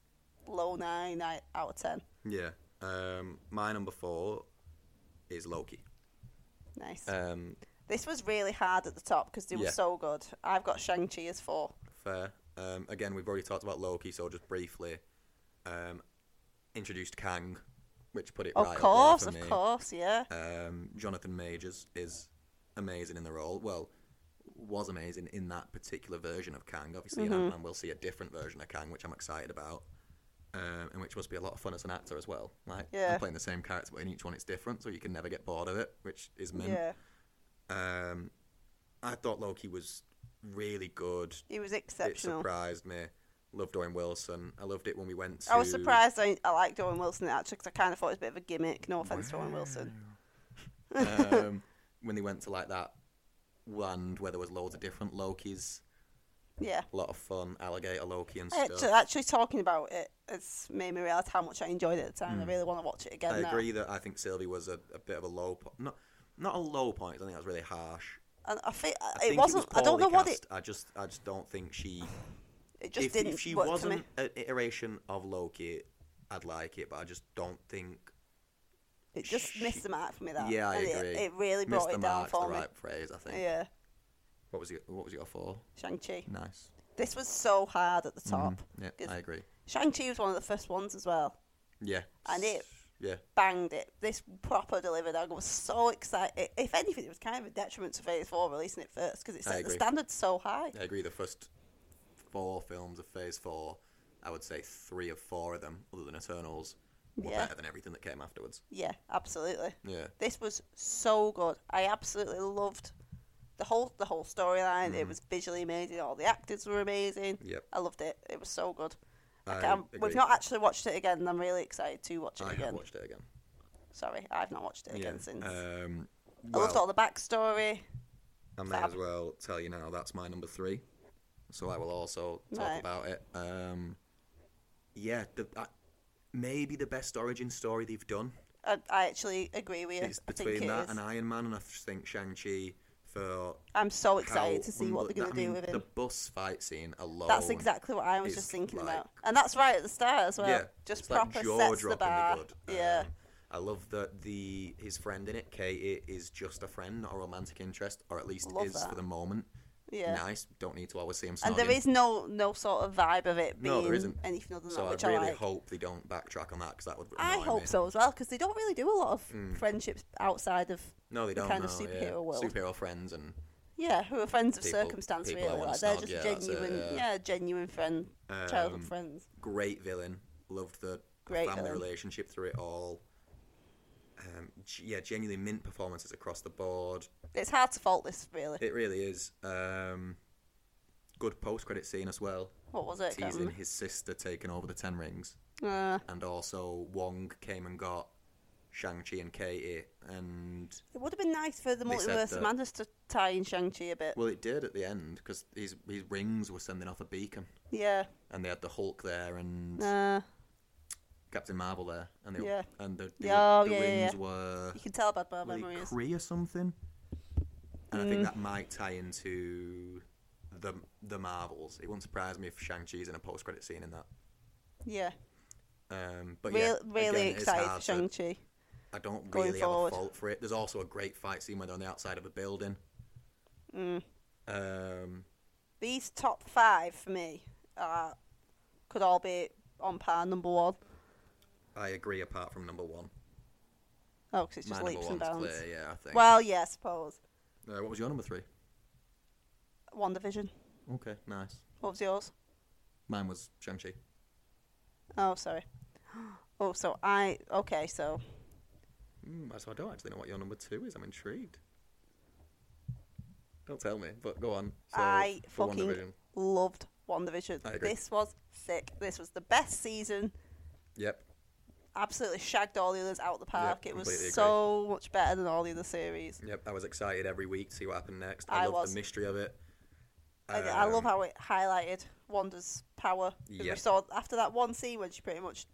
B: low nine, nine out of ten.
A: Yeah. Um, my number four is Loki.
B: Nice.
A: Um,
B: This was really hard at the top because they were
A: Yeah.
B: so good. I've got Shang Chi as four.
A: Fair. Um, again, we've already talked about Loki, so just briefly um, introduced Kang, which put it
B: Of
A: right. up there
B: course,
A: for
B: of
A: me.
B: course, yeah.
A: Um, Jonathan Majors is amazing in the role. Well, was amazing in that particular version of Kang. Obviously,
B: Mm-hmm.
A: in Ant Man, we'll see a different version of Kang, which I'm excited about, um, and which must be a lot of fun as an actor as well. Like,
B: Yeah.
A: I'm playing the same character, but in each one it's different, so you can never get bored of it, which is mint.
B: Yeah.
A: Um, I thought Loki was really good.
B: He was
A: It
B: exceptional.
A: surprised me. Loved Owen Wilson. I loved it when we went to.
B: I was surprised I, I liked Owen Wilson actually because I kind of thought it was a bit of a gimmick. No offense to Owen Wilson.
A: um, when they went to like that land where there was loads of different Lokis,
B: Yeah.
A: a lot of fun, alligator Loki and stuff.
B: Actually, actually talking about it has made me realise how much I enjoyed it at the time. I really want to watch it again
A: Hmm. I
B: now.
A: agree that I think Sylvie was a, a bit of a low point. Not not a low point. I think that was really harsh.
B: And I think,
A: I
B: it
A: think
B: wasn't.
A: It was
B: I don't know
A: poorly
B: what it.
A: cast. I just I just don't think she.
B: It just
A: if,
B: didn't
A: if she
B: work for
A: wasn't
B: me.
A: an iteration of Loki, I'd like it, but I just don't think
B: It just missed the mark for me. That.
A: Yeah, I
B: and
A: agree.
B: It, it really
A: Missed
B: brought
A: the
B: it down
A: mark's
B: for
A: the
B: me.
A: right phrase, I think.
B: Yeah,
A: What was your What was your four?
B: Shang Chi.
A: Nice.
B: This was so hard at the top.
A: Yeah,
B: Good.
A: I agree.
B: Shang Chi was one of the first ones as well.
A: Yeah.
B: And it-
A: Yeah.
B: Banged it. This proper delivered. I was so excited. If anything, it was kind of a detriment to Phase Four releasing it first because it
A: I
B: set the
A: agree.
B: standard so high.
A: I agree. The first four films of Phase Four, I would say three of four of them, other than Eternals, were
B: Yeah.
A: better than everything that came afterwards.
B: Yeah, absolutely.
A: Yeah.
B: This was so good. I absolutely loved the whole the whole storyline. It was visually amazing. All the actors were amazing.
A: Mm-hmm. Yep.
B: I loved it. It was so good. I
A: I
B: can't-
A: agree.
B: we've not actually watched it again. and I'm really excited to watch it
A: I have
B: again.
A: watched it again.
B: Sorry, I've not watched it again
A: yeah.
B: since.
A: Um,
B: I loved all
A: well,
B: the backstory.
A: I may
B: fab.
A: as well tell you now that's my number three, so I will also talk
B: Right.
A: about it. Um, yeah, the, uh, maybe the best origin story they've done.
B: I, I actually agree with you.
A: It's
B: I think it
A: between that
B: is.
A: and Iron Man, and I think Shang Chi for
B: I'm so
A: how
B: excited to see what
A: unbe-
B: they're
A: that-
B: going to
A: I
B: do
A: mean,
B: with
A: The
B: him.
A: bus fight scene alone.
B: That's exactly what I was
A: is
B: just thinking
A: like-
B: about, and that's right at the start as well.
A: yeah,
B: just
A: it's
B: proper
A: like jaw
B: sets the
A: droppingly
B: bar.
A: good.
B: Yeah,
A: Um, I love that the his friend in it, Katie, is just a friend, not a romantic interest, or at least
B: Love
A: is
B: that.
A: for the moment.
B: yeah.
A: Nice. Don't need to always see him.
B: And there
A: snogging.
B: is no no sort of vibe of it being
A: No, there isn't.
B: anything other than
A: So
B: that,
A: I
B: which
A: really
B: I like.
A: hope they don't backtrack on that because that would.
B: I
A: annoy
B: hope
A: me.
B: so as well because they don't really do a lot of friendships outside of
A: Hmm. No, they
B: the
A: don't.
B: kind of
A: no, yeah.
B: superhero world.
A: Superhero friends and
B: yeah, who are friends of
A: People-
B: circumstance
A: people I
B: really.
A: wanna
B: Like, they're
A: snog,
B: just
A: yeah, that's it,
B: genuine,
A: yeah.
B: yeah, genuine friend, childhood
A: Um,
B: friends.
A: great villain. Loved the
B: Great
A: family
B: villain.
A: relationship through it all. Um, g- yeah, genuinely mint performances across the board.
B: It's hard to fault this really.
A: It really is. Um, good post-credit scene as well.
B: what was it? Can't
A: Teasing
B: remember.
A: his sister taking over the Ten Rings,
B: Uh,
A: and also Wong came and got Shang Chi and Katie, and
B: it would have been nice for the
A: They said
B: multiverse
A: that-
B: of madness to tie in Shang Chi a bit.
A: well, it did at the end because his his rings were sending off a beacon,
B: yeah.
A: and they had the Hulk there and
B: Uh,
A: Captain Marvel there, and they
B: Yeah.
A: and the, the,
B: Yeah, oh,
A: the
B: yeah, yeah,
A: rings
B: yeah.
A: were
B: you can tell by my
A: were they
B: memory is.
A: Kree or something. And
B: Mm.
A: I think that might tie into the the Marvels. It wouldn't surprise me if Shang Chi's in a post credit scene in that.
B: yeah.
A: Um, but
B: Real,
A: yeah,
B: really
A: again, it's
B: excited for
A: hard to-
B: Shang Chi.
A: I don't
B: going
A: really
B: forward.
A: have a fault for it. There's also a great fight scene where they're on the outside of a building.
B: Mm.
A: Um,
B: these top five for me are, could all be on par number one.
A: I agree. Apart from number one,
B: Oh, 'cause it's just
A: my
B: leaps
A: number
B: and
A: one's
B: bounds.
A: clear. Yeah, I think.
B: Well, yeah, I suppose.
A: uh, what was your number three?
B: One division.
A: Okay, nice.
B: What was yours?
A: Mine was Shang Chi.
B: Oh, sorry. Oh, so I okay. So
A: Mm, so I don't actually know what your number two is. I'm intrigued. Don't tell me, but go on. So,
B: I
A: for One
B: fucking
A: Division.
B: loved One Division.
A: I agree.
B: This was sick. This was the best season.
A: Yep.
B: Absolutely shagged all the others out the park. it was
A: completely agree.
B: so much better than all the other series.
A: Yep. I was excited every week to see what happened next.
B: I
A: I, loved
B: was.
A: the mystery of it.
B: I, I love
A: Um,
B: how it highlighted Wanda's power. 'Cause
A: Yeah.
B: We saw after that one scene when she pretty much,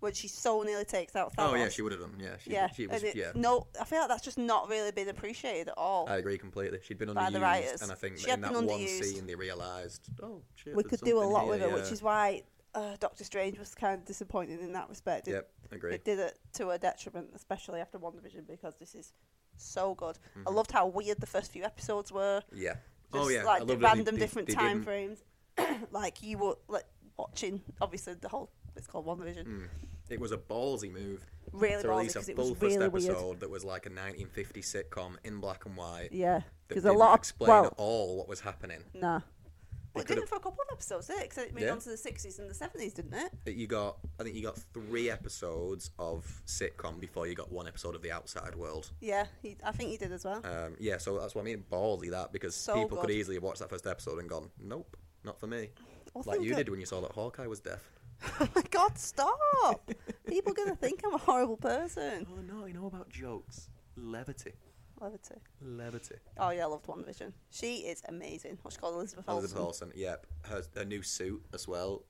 B: when she so nearly takes out Thanos.
A: Oh yeah, she would have done. Yeah, she,
B: yeah,
A: she was.
B: and it-
A: yeah, Uh,
B: No, I feel like that's just not really been appreciated at all.
A: I agree completely. She'd been
B: By
A: underused,
B: the writers.
A: and I think
B: She
A: that in
B: had
A: that
B: been
A: one
B: underused.
A: scene they realised, oh, shit,
B: we
A: there's
B: could do a
A: something
B: lot
A: here,
B: with it, which
A: yeah.
B: is why uh, Doctor Strange was kind of disappointing in that respect. It,
A: Yep, agree.
B: it did it to her detriment, especially after WandaVision, because this is so good.
A: Mm-hmm.
B: I loved how weird the first few episodes were.
A: Yeah.
B: Just
A: oh yeah.
B: like
A: I
B: the
A: love that they-
B: random
A: they-
B: different
A: they
B: time
A: didn't-
B: frames. like you were like watching obviously the whole it's called One Division.
A: Mm. It was a ballsy move
B: Really
A: to
B: ballsy
A: release a
B: 'cause it was
A: full first
B: really weird.
A: episode that was like a 1950 sitcom in black and white.
B: Yeah.
A: that
B: Because a
A: didn't
B: lot of
A: explain
B: well,
A: at all what was happening.
B: Nah. Well, it
A: could've-
B: didn't for a couple of episodes, did it? Because it moved
A: Yeah.
B: on to the 60s and the 70s, didn't it?
A: That you got, I think you got three episodes of sitcom before you got one episode of The Outside World.
B: Yeah, he, I think he did as well.
A: Um, yeah, so that's what I mean, ballsy that because
B: So
A: people could
B: good.
A: easily have watched that first episode and gone, nope, not for me.
B: Well,
A: like
B: think
A: you
B: of-
A: did when you saw that Hawkeye was deaf.
B: oh my god, stop! People are going to think I'm a horrible person.
A: Oh no, you know about jokes, levity,
B: Levity.
A: levity.
B: Oh yeah, I loved One Vision. She is amazing. What's she called, Elizabeth Olsen?
A: Elizabeth Olsen, yep, her, her new suit as well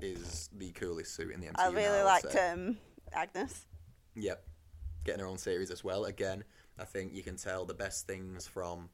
A: is the coolest suit in the MCU.
B: I
A: now,
B: really
A: I'd
B: liked
A: say.
B: um, Agnes.
A: Yep. Getting her own series as well. Again, I think you can tell the best things from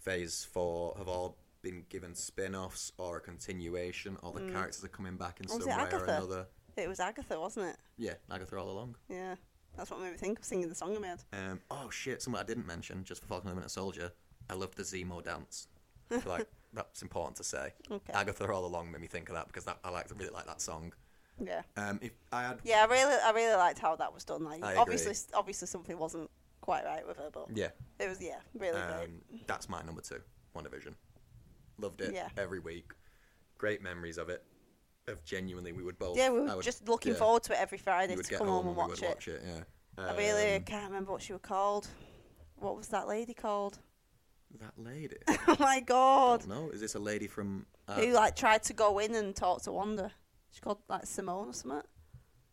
A: Phase 4 have all been given spin offs or a continuation, or the characters are coming back in some
B: Was it
A: way or
B: Mm. Agatha?
A: another.
B: It was Agatha, wasn't it?
A: Yeah, Agatha all along.
B: Yeah, that's what made me think of singing the song I made.
A: Um, oh shit, something I didn't mention just for Falcon and the Winter Soldier. I loved the Zemo dance. I feel like that's important to say.
B: Okay.
A: Agatha all along made me think of that because that, I like really like that song.
B: Yeah,
A: Um, if I had
B: yeah. I really, I really liked how that was done. Like,
A: I agree.
B: obviously, obviously, something wasn't quite right with her, but
A: yeah,
B: it was yeah, really great.
A: Um, that's my number two, WandaVision. Loved it
B: Yeah.
A: every week. Great memories of it. Of genuinely, we would both.
B: Yeah, we
A: I
B: were
A: would-
B: just looking
A: yeah,
B: forward to it every
A: You
B: Friday
A: would
B: to
A: get
B: come home
A: home
B: and
A: and we
B: watch
A: would
B: it.
A: watch it. Yeah.
B: I really
A: Um,
B: can't remember what she was called. What was that lady called?
A: That lady.
B: oh my god!
A: no, is this a lady from? Uh,
B: Who like tried to go in and talk to Wanda? She called like Simone or something.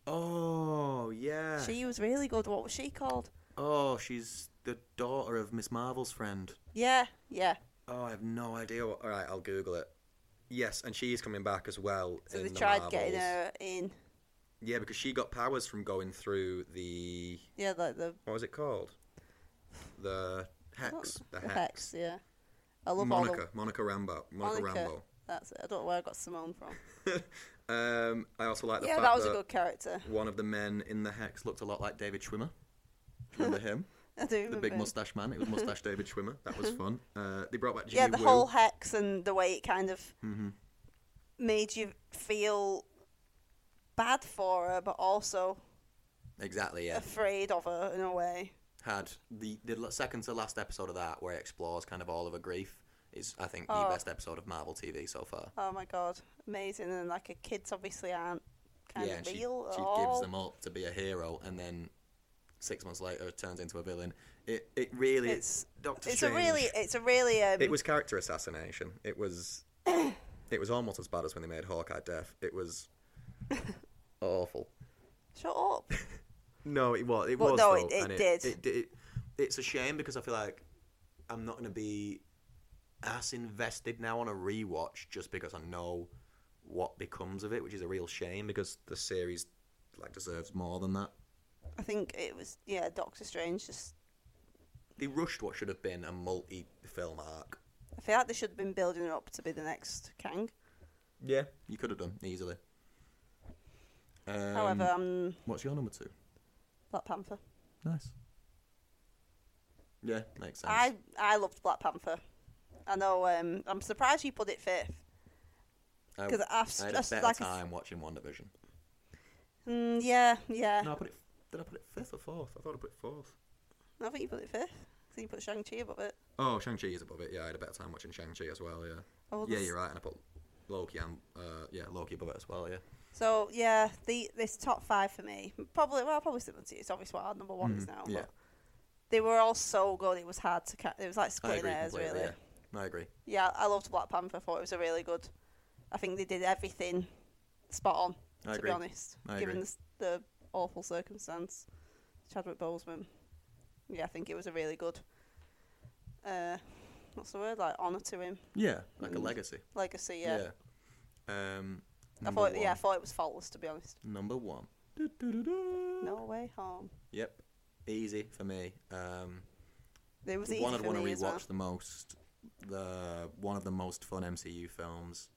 A: oh yeah.
B: She was really good. What was she called?
A: Oh, she's the daughter of Miss Marvel's friend.
B: Yeah, yeah.
A: Oh, I have no idea. What... All right, I'll Google it. Yes, and she's coming back as well.
B: So
A: in
B: they
A: the
B: tried
A: Marvels.
B: getting her in.
A: Yeah, because she got powers from going through the
B: Yeah, like the
A: what was it called? The hex. The
B: the
A: hex.
B: hex. Yeah, I love all
A: Monica.
B: the
A: Monica Rambo. Monica,
B: Monica. That's it. I don't know where I got Simone from.
A: Rambo. Um, I also like the
B: yeah,
A: fact
B: that was
A: that
B: a good character.
A: one of the men in the hex looked a lot like David Schwimmer. Do you Remember him?
B: I do
A: the
B: remember.
A: big
B: him.
A: mustache man. It was mustache David Schwimmer. That was fun. Uh, they brought back Jimmy
B: yeah, the
A: Woo.
B: whole hex and the way it kind of
A: Mm-hmm.
B: made you feel bad for her, but also
A: Exactly. Yeah.
B: afraid of her in a way.
A: Had the the l- second to last episode of that where it explores kind of all of her grief is I think the
B: Oh.
A: best episode of Marvel TV so far.
B: Oh my god, amazing! And like her kids obviously aren't kind
A: yeah,
B: of
A: and
B: real oh.
A: she,
B: at
A: she gives
B: all.
A: them up to be a hero, and then six months later turns into a villain. It it really
B: It's-
A: Doctor
B: it's a
A: Strange.
B: really, it's a really. Um,
A: it was character assassination. It was it was almost as bad as when they made Hawkeye deaf. It was awful.
B: Shut up.
A: No, it was it
B: Well,
A: was
B: no,
A: though,
B: it- it
A: and
B: did.
A: It, did- it- it's a shame because I feel like I'm not going to be as invested now on a rewatch just because I know what becomes of it, which is a real shame because the series like deserves more than that.
B: I think it was yeah, Doctor Strange just
A: they rushed what should have been a multi-film arc.
B: I feel like they should have been building her up to be the next Kang.
A: Yeah, you could have done easily. Um,
B: However, um,
A: what's your number two?
B: Black Panther.
A: Nice. Yeah, makes sense.
B: I I loved Black Panther. I know. Um, I'm surprised you put it fifth
A: I,
B: because I've
A: Oh, I had a
B: stressed
A: better
B: like
A: time watching One Division.
B: Mm, yeah, yeah.
A: No, I put it. Did I put it fifth or fourth? I thought I put it fourth.
B: I think you put it fifth. So you put Shang Chi above it.
A: Oh, Shang Chi is above it. Yeah, I had a better time watching Shang Chi as well. Yeah.
B: Oh,
A: yeah,
B: this-
A: you're right. And I put Loki and uh, yeah, Loki above it as well. Yeah.
B: So yeah, the this top five for me probably well probably similar to you. It's obvious what our number one is now.
A: Mm-hmm. yeah.
B: But they were all so good. It was hard to. Ca- it was like
A: I
B: splitting
A: agree
B: hairs
A: completely.
B: really.
A: Yeah. I agree.
B: yeah, I loved Black Panther. I thought it was a really good. I think they did everything spot on.
A: I
B: to
A: agree.
B: be honest,
A: I
B: given
A: agree.
B: The, s- the awful circumstance, Chadwick Boseman. Yeah, I think it was a really good. Uh, what's the word? Like honor to him,
A: Yeah, like a
B: Mm.
A: legacy.
B: legacy. Yeah,
A: Um.
B: uh, I
A: number
B: thought. Yeah, I
A: one.
B: thought it was faultless. To be honest,
A: Number one. Du-du-du-du.
B: no way home.
A: Yep. Easy for me. Um,
B: It was
A: the
B: easy
A: one I'd
B: for
A: want to
B: me
A: rewatch
B: as well.
A: the most. The one of the most fun MCU films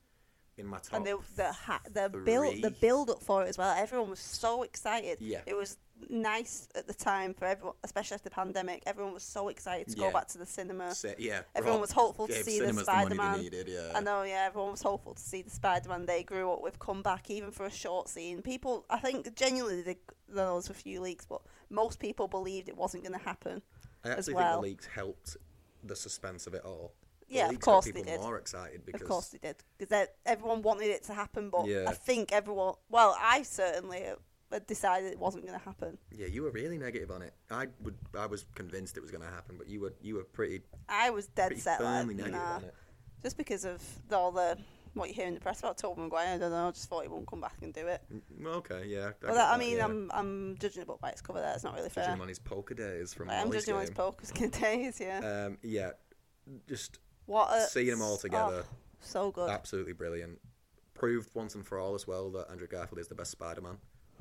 A: in my top.
B: And the the ha- the build the
A: three.
B: build up for it as well. Everyone was so excited.
A: Yeah.
B: it was nice at the time for everyone, especially after the pandemic. Everyone was so excited to
A: Yeah.
B: go back to the cinema.
A: Sa- yeah.
B: Everyone
A: Rob
B: was hopeful to
A: gave
B: see the
A: cinemas the money
B: Spider
A: they
B: Man.
A: needed, yeah.
B: I know, yeah. Everyone was hopeful to see the Spider Man they grew up with come back, even for a short scene. People, I think, genuinely, they, there was a few leaks, but most people believed it wasn't going to happen.
A: I
B: as
A: actually think
B: well.
A: the leaks helped the suspense of it all. The
B: Yeah, of
A: leaks
B: course
A: got
B: they
A: people
B: did.
A: more excited because
B: Of course they did, because everyone wanted it to happen. But
A: Yeah.
B: I think everyone, well, I certainly uh, had decided it wasn't going to happen.
A: yeah, you were really negative on it. I would, I was convinced it was going to happen, but you were, you were pretty,
B: I was dead
A: pretty
B: set
A: firmly negative
B: like, nah,
A: on it.
B: just because of the- all the what you hear in the press about Tobey Maguire. I don't know. I just thought he wouldn't come back and do it.
A: Mm, Okay, yeah.
B: But
A: get
B: that, I
A: that,
B: mean,
A: yeah.
B: I'm I'm judging a book by its cover. There, it's not really
A: judging
B: fair.
A: him on his poker days from
B: Like, I'm
A: Ollie's
B: judging on his
A: game.
B: poker days. Yeah.
A: Um, yeah, just
B: what a,
A: seeing 'em all
B: oh,
A: together.
B: so good.
A: absolutely brilliant. Proved once and for all as well that Andrew Garfield is the best Spider-Man.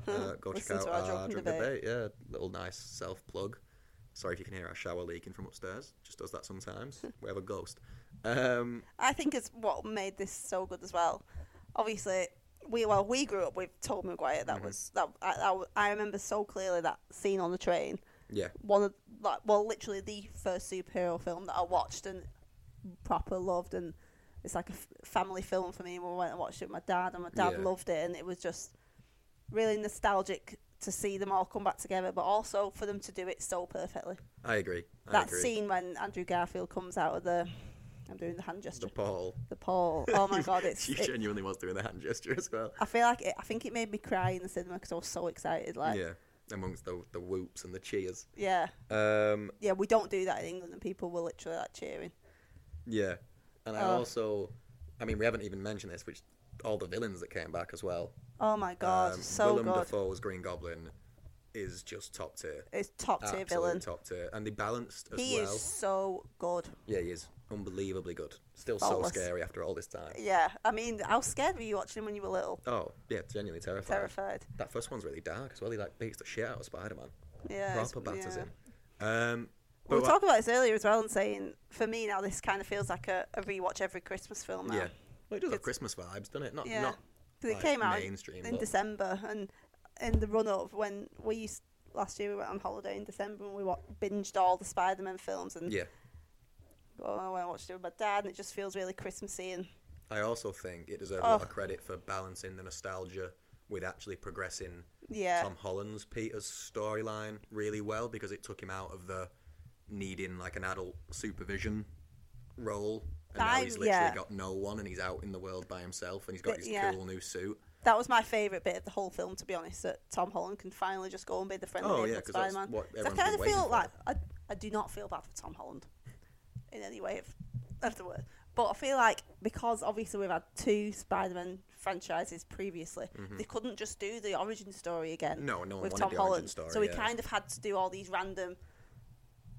A: Uh, go check
B: Listen
A: out
B: to our
A: our,
B: drunken
A: drunken
B: debate.
A: debate. Yeah, little nice self plug. Sorry if you can hear our shower leaking from upstairs. Just does that sometimes. we have a ghost. Um,
B: I think it's what made this so good as well. Obviously, we well we grew up with Tobey Maguire.
A: Mm-hmm.
B: That was that I, I w- I remember so clearly that scene on the train.
A: yeah,
B: One of like well, literally the first superhero film that I watched and proper loved, and it's like a f- family film for me. We went and watched it with my dad, and my dad
A: Yeah.
B: loved it, and it was just really nostalgic to see them all come back together, but also for them to do it so perfectly.
A: I agree. I
B: that
A: agree.
B: scene when Andrew Garfield comes out of the. I'm doing the hand gesture
A: The Paul.
B: the Paul. Oh my god, it's.
A: she
B: it-
A: genuinely was doing the hand gesture as well.
B: I feel like it, I think it made me cry in the cinema because I was so excited. Like, yeah.
A: yeah, amongst the the whoops and the cheers.
B: yeah,
A: Um,
B: we don't do that in England, and people were literally like cheering.
A: yeah, and I
B: Oh.
A: also, I mean, we haven't even mentioned this, which all the villains that came back as well.
B: Oh my god,
A: Um,
B: so
A: Willem
B: good!
A: Dafoe's Green Goblin is just top tier.
B: It's top tier
A: Absolute
B: villain.
A: Top tier. And they balanced as
B: He
A: well.
B: is so good.
A: Yeah, he is unbelievably good. Still so
B: Faultless.
A: scary after all this time.
B: Yeah, I mean, how scared were you watching him when you were little?
A: Oh, yeah, genuinely terrified.
B: Terrified.
A: That first one's really dark as well. He like beats the shit out of Spider Man.
B: Yeah, it's-
A: Proper batters
B: yeah.
A: him. Um,
B: We were
A: but-
B: talking about this earlier as well, and saying for me now this kind of feels like a, a rewatch every Christmas film. Now.
A: yeah. Well, it does have
B: It's-
A: Christmas vibes, doesn't it? Not
B: Yeah.
A: not
B: 'Cause it
A: like,
B: came out
A: mainstream,
B: in
A: but-
B: December and in the run up when we used last year we went on holiday in December and we wa- binged all the Spider Man films and
A: yeah.
B: well, I went and watched it with my dad and it just feels really Christmassy and
A: I also think it deserves a lot
B: Oh.
A: of credit for balancing the nostalgia with actually progressing
B: yeah
A: Tom Holland's Peter's storyline really well because it took him out of the needing like an adult supervision role. And now
B: I-
A: he's literally
B: yeah.
A: got no one and he's out in the world by himself and he's got
B: Th-
A: his
B: yeah.
A: cool new suit.
B: that was my favourite bit of the whole film to be honest that Tom Holland can finally just go and be the friendly
A: Oh,
B: neighborhood
A: yeah, 'cause that's
B: Spider Man.
A: what
B: I
A: everyone's
B: kind of
A: been waiting
B: feel
A: for.
B: like I, I do not feel bad for Tom Holland in any way of, of the word. But I feel like because obviously we've had two Spider Man franchises previously, they couldn't just do the origin story again.
A: Mm-hmm. No, no one
B: with
A: wanted
B: Tom
A: the origin
B: Holland.
A: story,
B: so we
A: yeah.
B: kind of had to do all these random.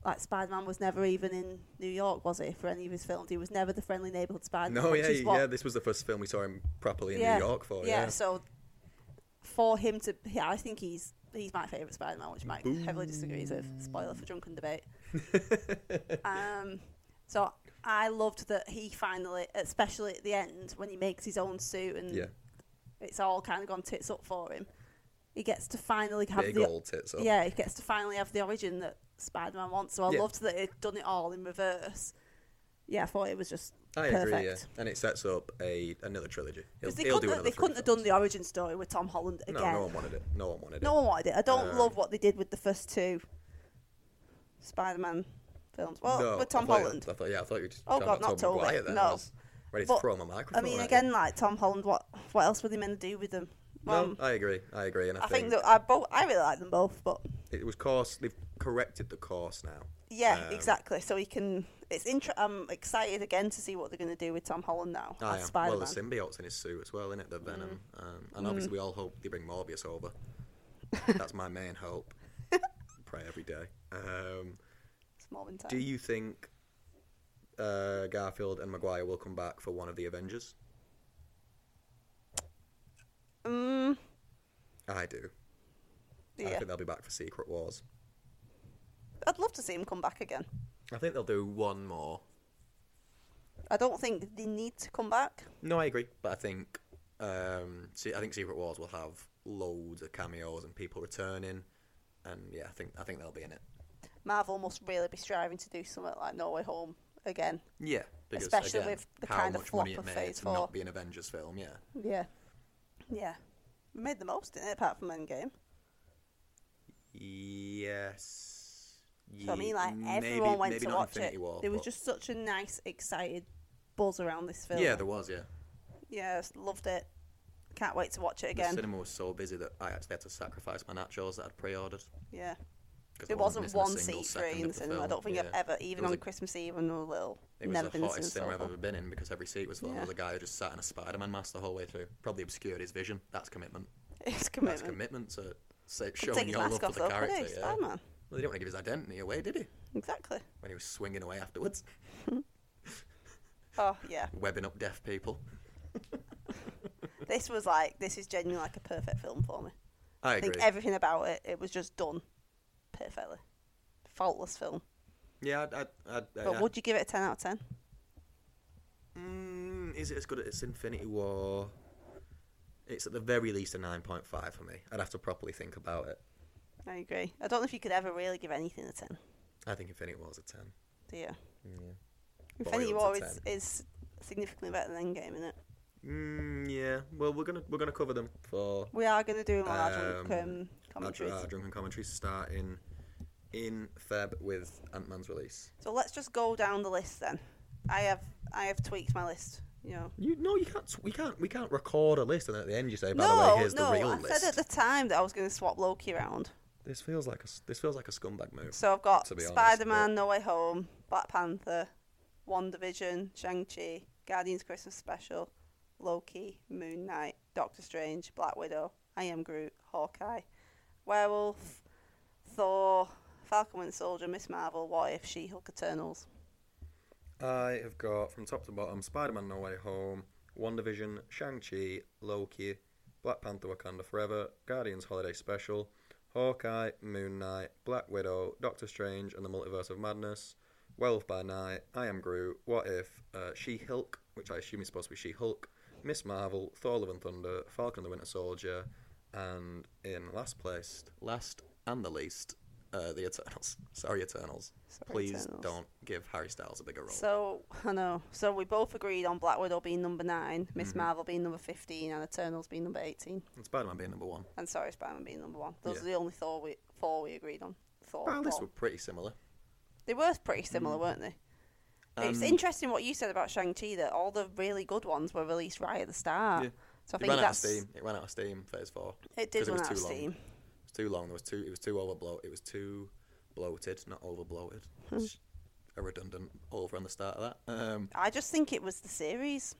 B: Like Spider Man was never even in New York, was he? For any of his films, he was never the friendly neighborhood Spider Man.
A: No,
B: which
A: yeah,
B: is what
A: yeah. This was the first film we saw him properly in New York for. Yeah,
B: so for him to, yeah, I think he's he's my favourite Spider-Man, which Mike heavily disagrees with. Spoiler for drunken debate. um, so I loved that he finally, especially at the end when he makes his own suit and
A: yeah.
B: it's all kind of gone tits up for him. He gets to finally have
A: Big
B: the
A: old tits up.
B: yeah, he gets to finally have the origin that Spider-Man wants. So I
A: Yeah.
B: loved that he'd done it all in reverse. Yeah, I thought it was just
A: I
B: perfect.
A: agree. Yeah, and it sets up a another trilogy. He'll,
B: Because they,
A: he'll
B: couldn't,
A: do another
B: they
A: three
B: couldn't have done
A: films.
B: the origin story with Tom Holland again.
A: No, no one wanted it. No one wanted
B: No
A: it.
B: one wanted it. I don't
A: Um,
B: love what they did with the first two Spider-Man films. Well,
A: no,
B: with
A: I
B: Tom
A: thought you-
B: Holland.
A: I thought, yeah, I thought you were just
B: Oh,
A: talking
B: God,
A: about
B: not
A: Tom
B: Toby.
A: Maguire then. I
B: No.
A: was ready to
B: But,
A: throw my
B: I
A: microphone.
B: mean,
A: at you.
B: again, like Tom Holland, what what else were they meant to do with them? Um,
A: No, I agree. I agree, and I,
B: I think that I both I really like them both, but
A: it was course. They've corrected the course now.
B: yeah,
A: Um,
B: exactly. So he can. It's inter- I'm excited again to see what they're going to do with Tom Holland now
A: I
B: as
A: am.
B: Spider-Man. Mm.
A: Well, the symbiote's in his suit as well, is it? The Venom, um, and obviously we all hope they bring Morbius over. That's my main hope. Pray every day. Um,
B: It's more in time.
A: do you think uh, Garfield and Maguire will come back for one of the Avengers?
B: Mm,
A: I do. I
B: yeah,
A: think they'll be back for Secret Wars.
B: I'd love to see him come back again.
A: I think they'll do one more.
B: I don't think they need to come back.
A: No, I agree. But I think um, see, I think Secret Wars will have loads of cameos and people returning. and yeah, I think I think they'll be in it.
B: Marvel must really be striving to do something like No Way Home again.
A: Yeah,
B: Especially with the
A: how
B: kind of
A: much money
B: flop
A: it
B: of
A: made
B: Phase
A: to
B: Four.
A: not be an Avengers film. Yeah,
B: Yeah. Yeah. We made the most in it apart from Endgame.
A: yes.
B: So I mean, like
A: Ye-
B: everyone went
A: maybe
B: to
A: not
B: watch
A: Infinity
B: it.
A: War,
B: there was
A: but-
B: just such a nice, excited buzz around this film.
A: yeah, there was yeah.
B: yeah, I just loved it. Can't wait to watch it
A: The
B: again.
A: cinema was so busy that I actually had to sacrifice my nachos that I'd pre-ordered. 'cause
B: yeah,
A: I
B: it wasn't
A: missing a
B: one
A: single
B: seat
A: second of
B: free in the
A: the
B: cinema. I
A: film,
B: don't think I've
A: yeah.
B: ever, even
A: It was
B: on
A: a-
B: Christmas Eve when we were little,
A: It was
B: never
A: the
B: been to
A: hottest cinema
B: cinema.
A: I've ever been in because every seat was full. There was a guy who just sat in a Spider-Man mask the whole way through. Probably obscured his vision. That's commitment.
B: It's commitment.
A: That's commitment to say,
B: Could
A: showing your love for the
B: though, could
A: character.
B: he?
A: Yeah. Well,
B: Spider-Man.
A: he didn't want to give his identity away, did he?
B: Oh, Exactly.
A: When he was swinging away afterwards,
B: Oh yeah,
A: webbing up deaf people.
B: this was like this is genuinely like a perfect film for me.
A: I
B: I
A: agree.
B: think everything about it, it was just done perfectly, faultless film.
A: Uh, yeah, I, I, I, I,
B: But would you give it a ten out of ten?
A: Mm, is it as good as it's Infinity War? It's at the very least a 9.5 for me. I'd have to properly think about it.
B: I agree. I don't know if you could ever really give anything a ten.
A: I think Infinity War's a 10.
B: Do you?
A: Yeah.
B: Infinity
A: Boiled
B: War
A: to
B: is, is significantly better than Endgame, isn't it?
A: Mm, yeah. Well, we're gonna we're gonna cover them for
B: We are going to do more our
A: Um,
B: drunk um,
A: our, dr-
B: commentaries.
A: our drunken commentaries starting in Feb with Ant Man's release.
B: So let's just go down the list then. I have I have tweaked my list. You know.
A: You no, you can't. We can't. We can't record a list and then at the end you say, "By the
B: no,
A: way, here's
B: no.
A: the real
B: I
A: list."
B: said at the time that I was going to swap Loki around.
A: This feels like a s- this feels like a scumbag move.
B: So I've got
A: To be honest,
B: Spider-Man: No Way Home, Black Panther, One Division, Shang-Chi, Guardians Christmas Special, Loki, Moon Knight, Doctor Strange, Black Widow, I Am Groot, Hawkeye, Werewolf, Thor, Falcon Winter Soldier, Miss Marvel, What If, She-Hulk, Eternals.
A: I have got from top to bottom Spider-Man: No Way Home, WandaVision, Shang-Chi, Loki, Black Panther: Wakanda Forever, Guardians Holiday Special, Hawkeye, Moon Knight, Black Widow, Doctor Strange and the Multiverse of Madness, Wealth by Night, I Am Groot, What If, uh, She-Hulk, which I assume is supposed to be She-Hulk, Miss Marvel, Thor: Love and Thunder, Falcon and the Winter Soldier, and in last place, last and the least, uh, the Eternals. Sorry, Eternals.
B: Sorry,
A: Please
B: Eternals.
A: don't give Harry Styles a bigger role.
B: So I know. So we both agreed on Black Widow being number nine, Miss
A: Mm-hmm.
B: Marvel being number fifteen, and Eternals being number eighteen.
A: And Spider Man being number one.
B: And sorry, Spider-Man being number one. Those
A: Yeah.
B: are the only Thor we, four we agreed on. Thor.
A: Well, this
B: Thor.
A: were pretty similar.
B: They were pretty similar, weren't they? it's
A: Mm. Um,
B: interesting what you said about Shang Chi that all the really good ones were released right at the start.
A: Yeah.
B: So I
A: it
B: think
A: ran out of
B: that's
A: steam. It ran out of steam. Phase four.
B: it
A: 'cause
B: did
A: it
B: run
A: was
B: out of
A: too long.
B: steam.
A: It was too long. There was too. It was too overbloated. It was too bloated, not overbloated.
B: Hmm.
A: It's a redundant over on the start of that. Um,
B: I just think it was the series.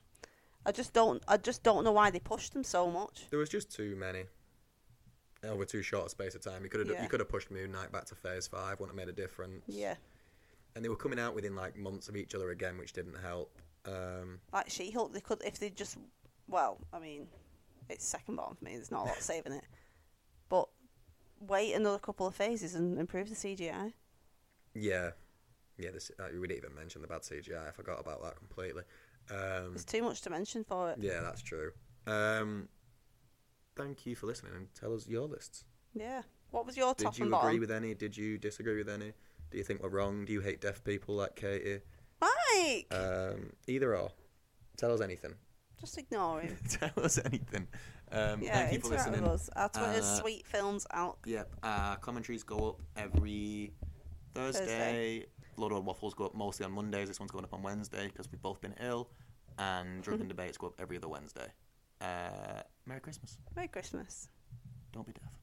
B: I just don't. I just don't know why they pushed them so much.
A: there was just too many. Over too short a space of time. You could have.
B: Yeah.
A: You could have pushed Moon Knight back to Phase Five. Wouldn't have made a difference.
B: Yeah,
A: And they were coming out within like months of each other again, which didn't help. Um,
B: like She Hulk. They could if they just. Well, I mean, it's second bottom for me. There's not a lot saving it. But wait another couple of phases and improve the CGI.
A: yeah. Yeah, this, uh, we didn't even mention the bad CGI. I forgot about that completely. Um,
B: There's too much to mention for it.
A: Yeah, that's true. Um, thank you for listening and tell us your lists.
B: Yeah. What was your top
A: Did you
B: and
A: agree
B: bottom?
A: with any? Did you disagree with any? Do you think we're wrong? Do you hate deaf people like Katie?
B: Mike,
A: Um, either or. Tell us anything.
B: just ignore him.
A: tell us anything. Um,
B: Yeah,
A: thank you for
B: interact
A: listening.
B: with us. Our Twitter's
A: Uh,
B: Sweet Films Out.
A: Yep, uh, commentaries go up every Thursday.
B: Thursday.
A: Blood and Waffles go up mostly on Mondays. This one's going up on Wednesday because we've both been ill. And
B: Mm-hmm.
A: Drunken Debates go up every other Wednesday. Uh, Merry Christmas.
B: Merry Christmas.
A: Don't be deaf.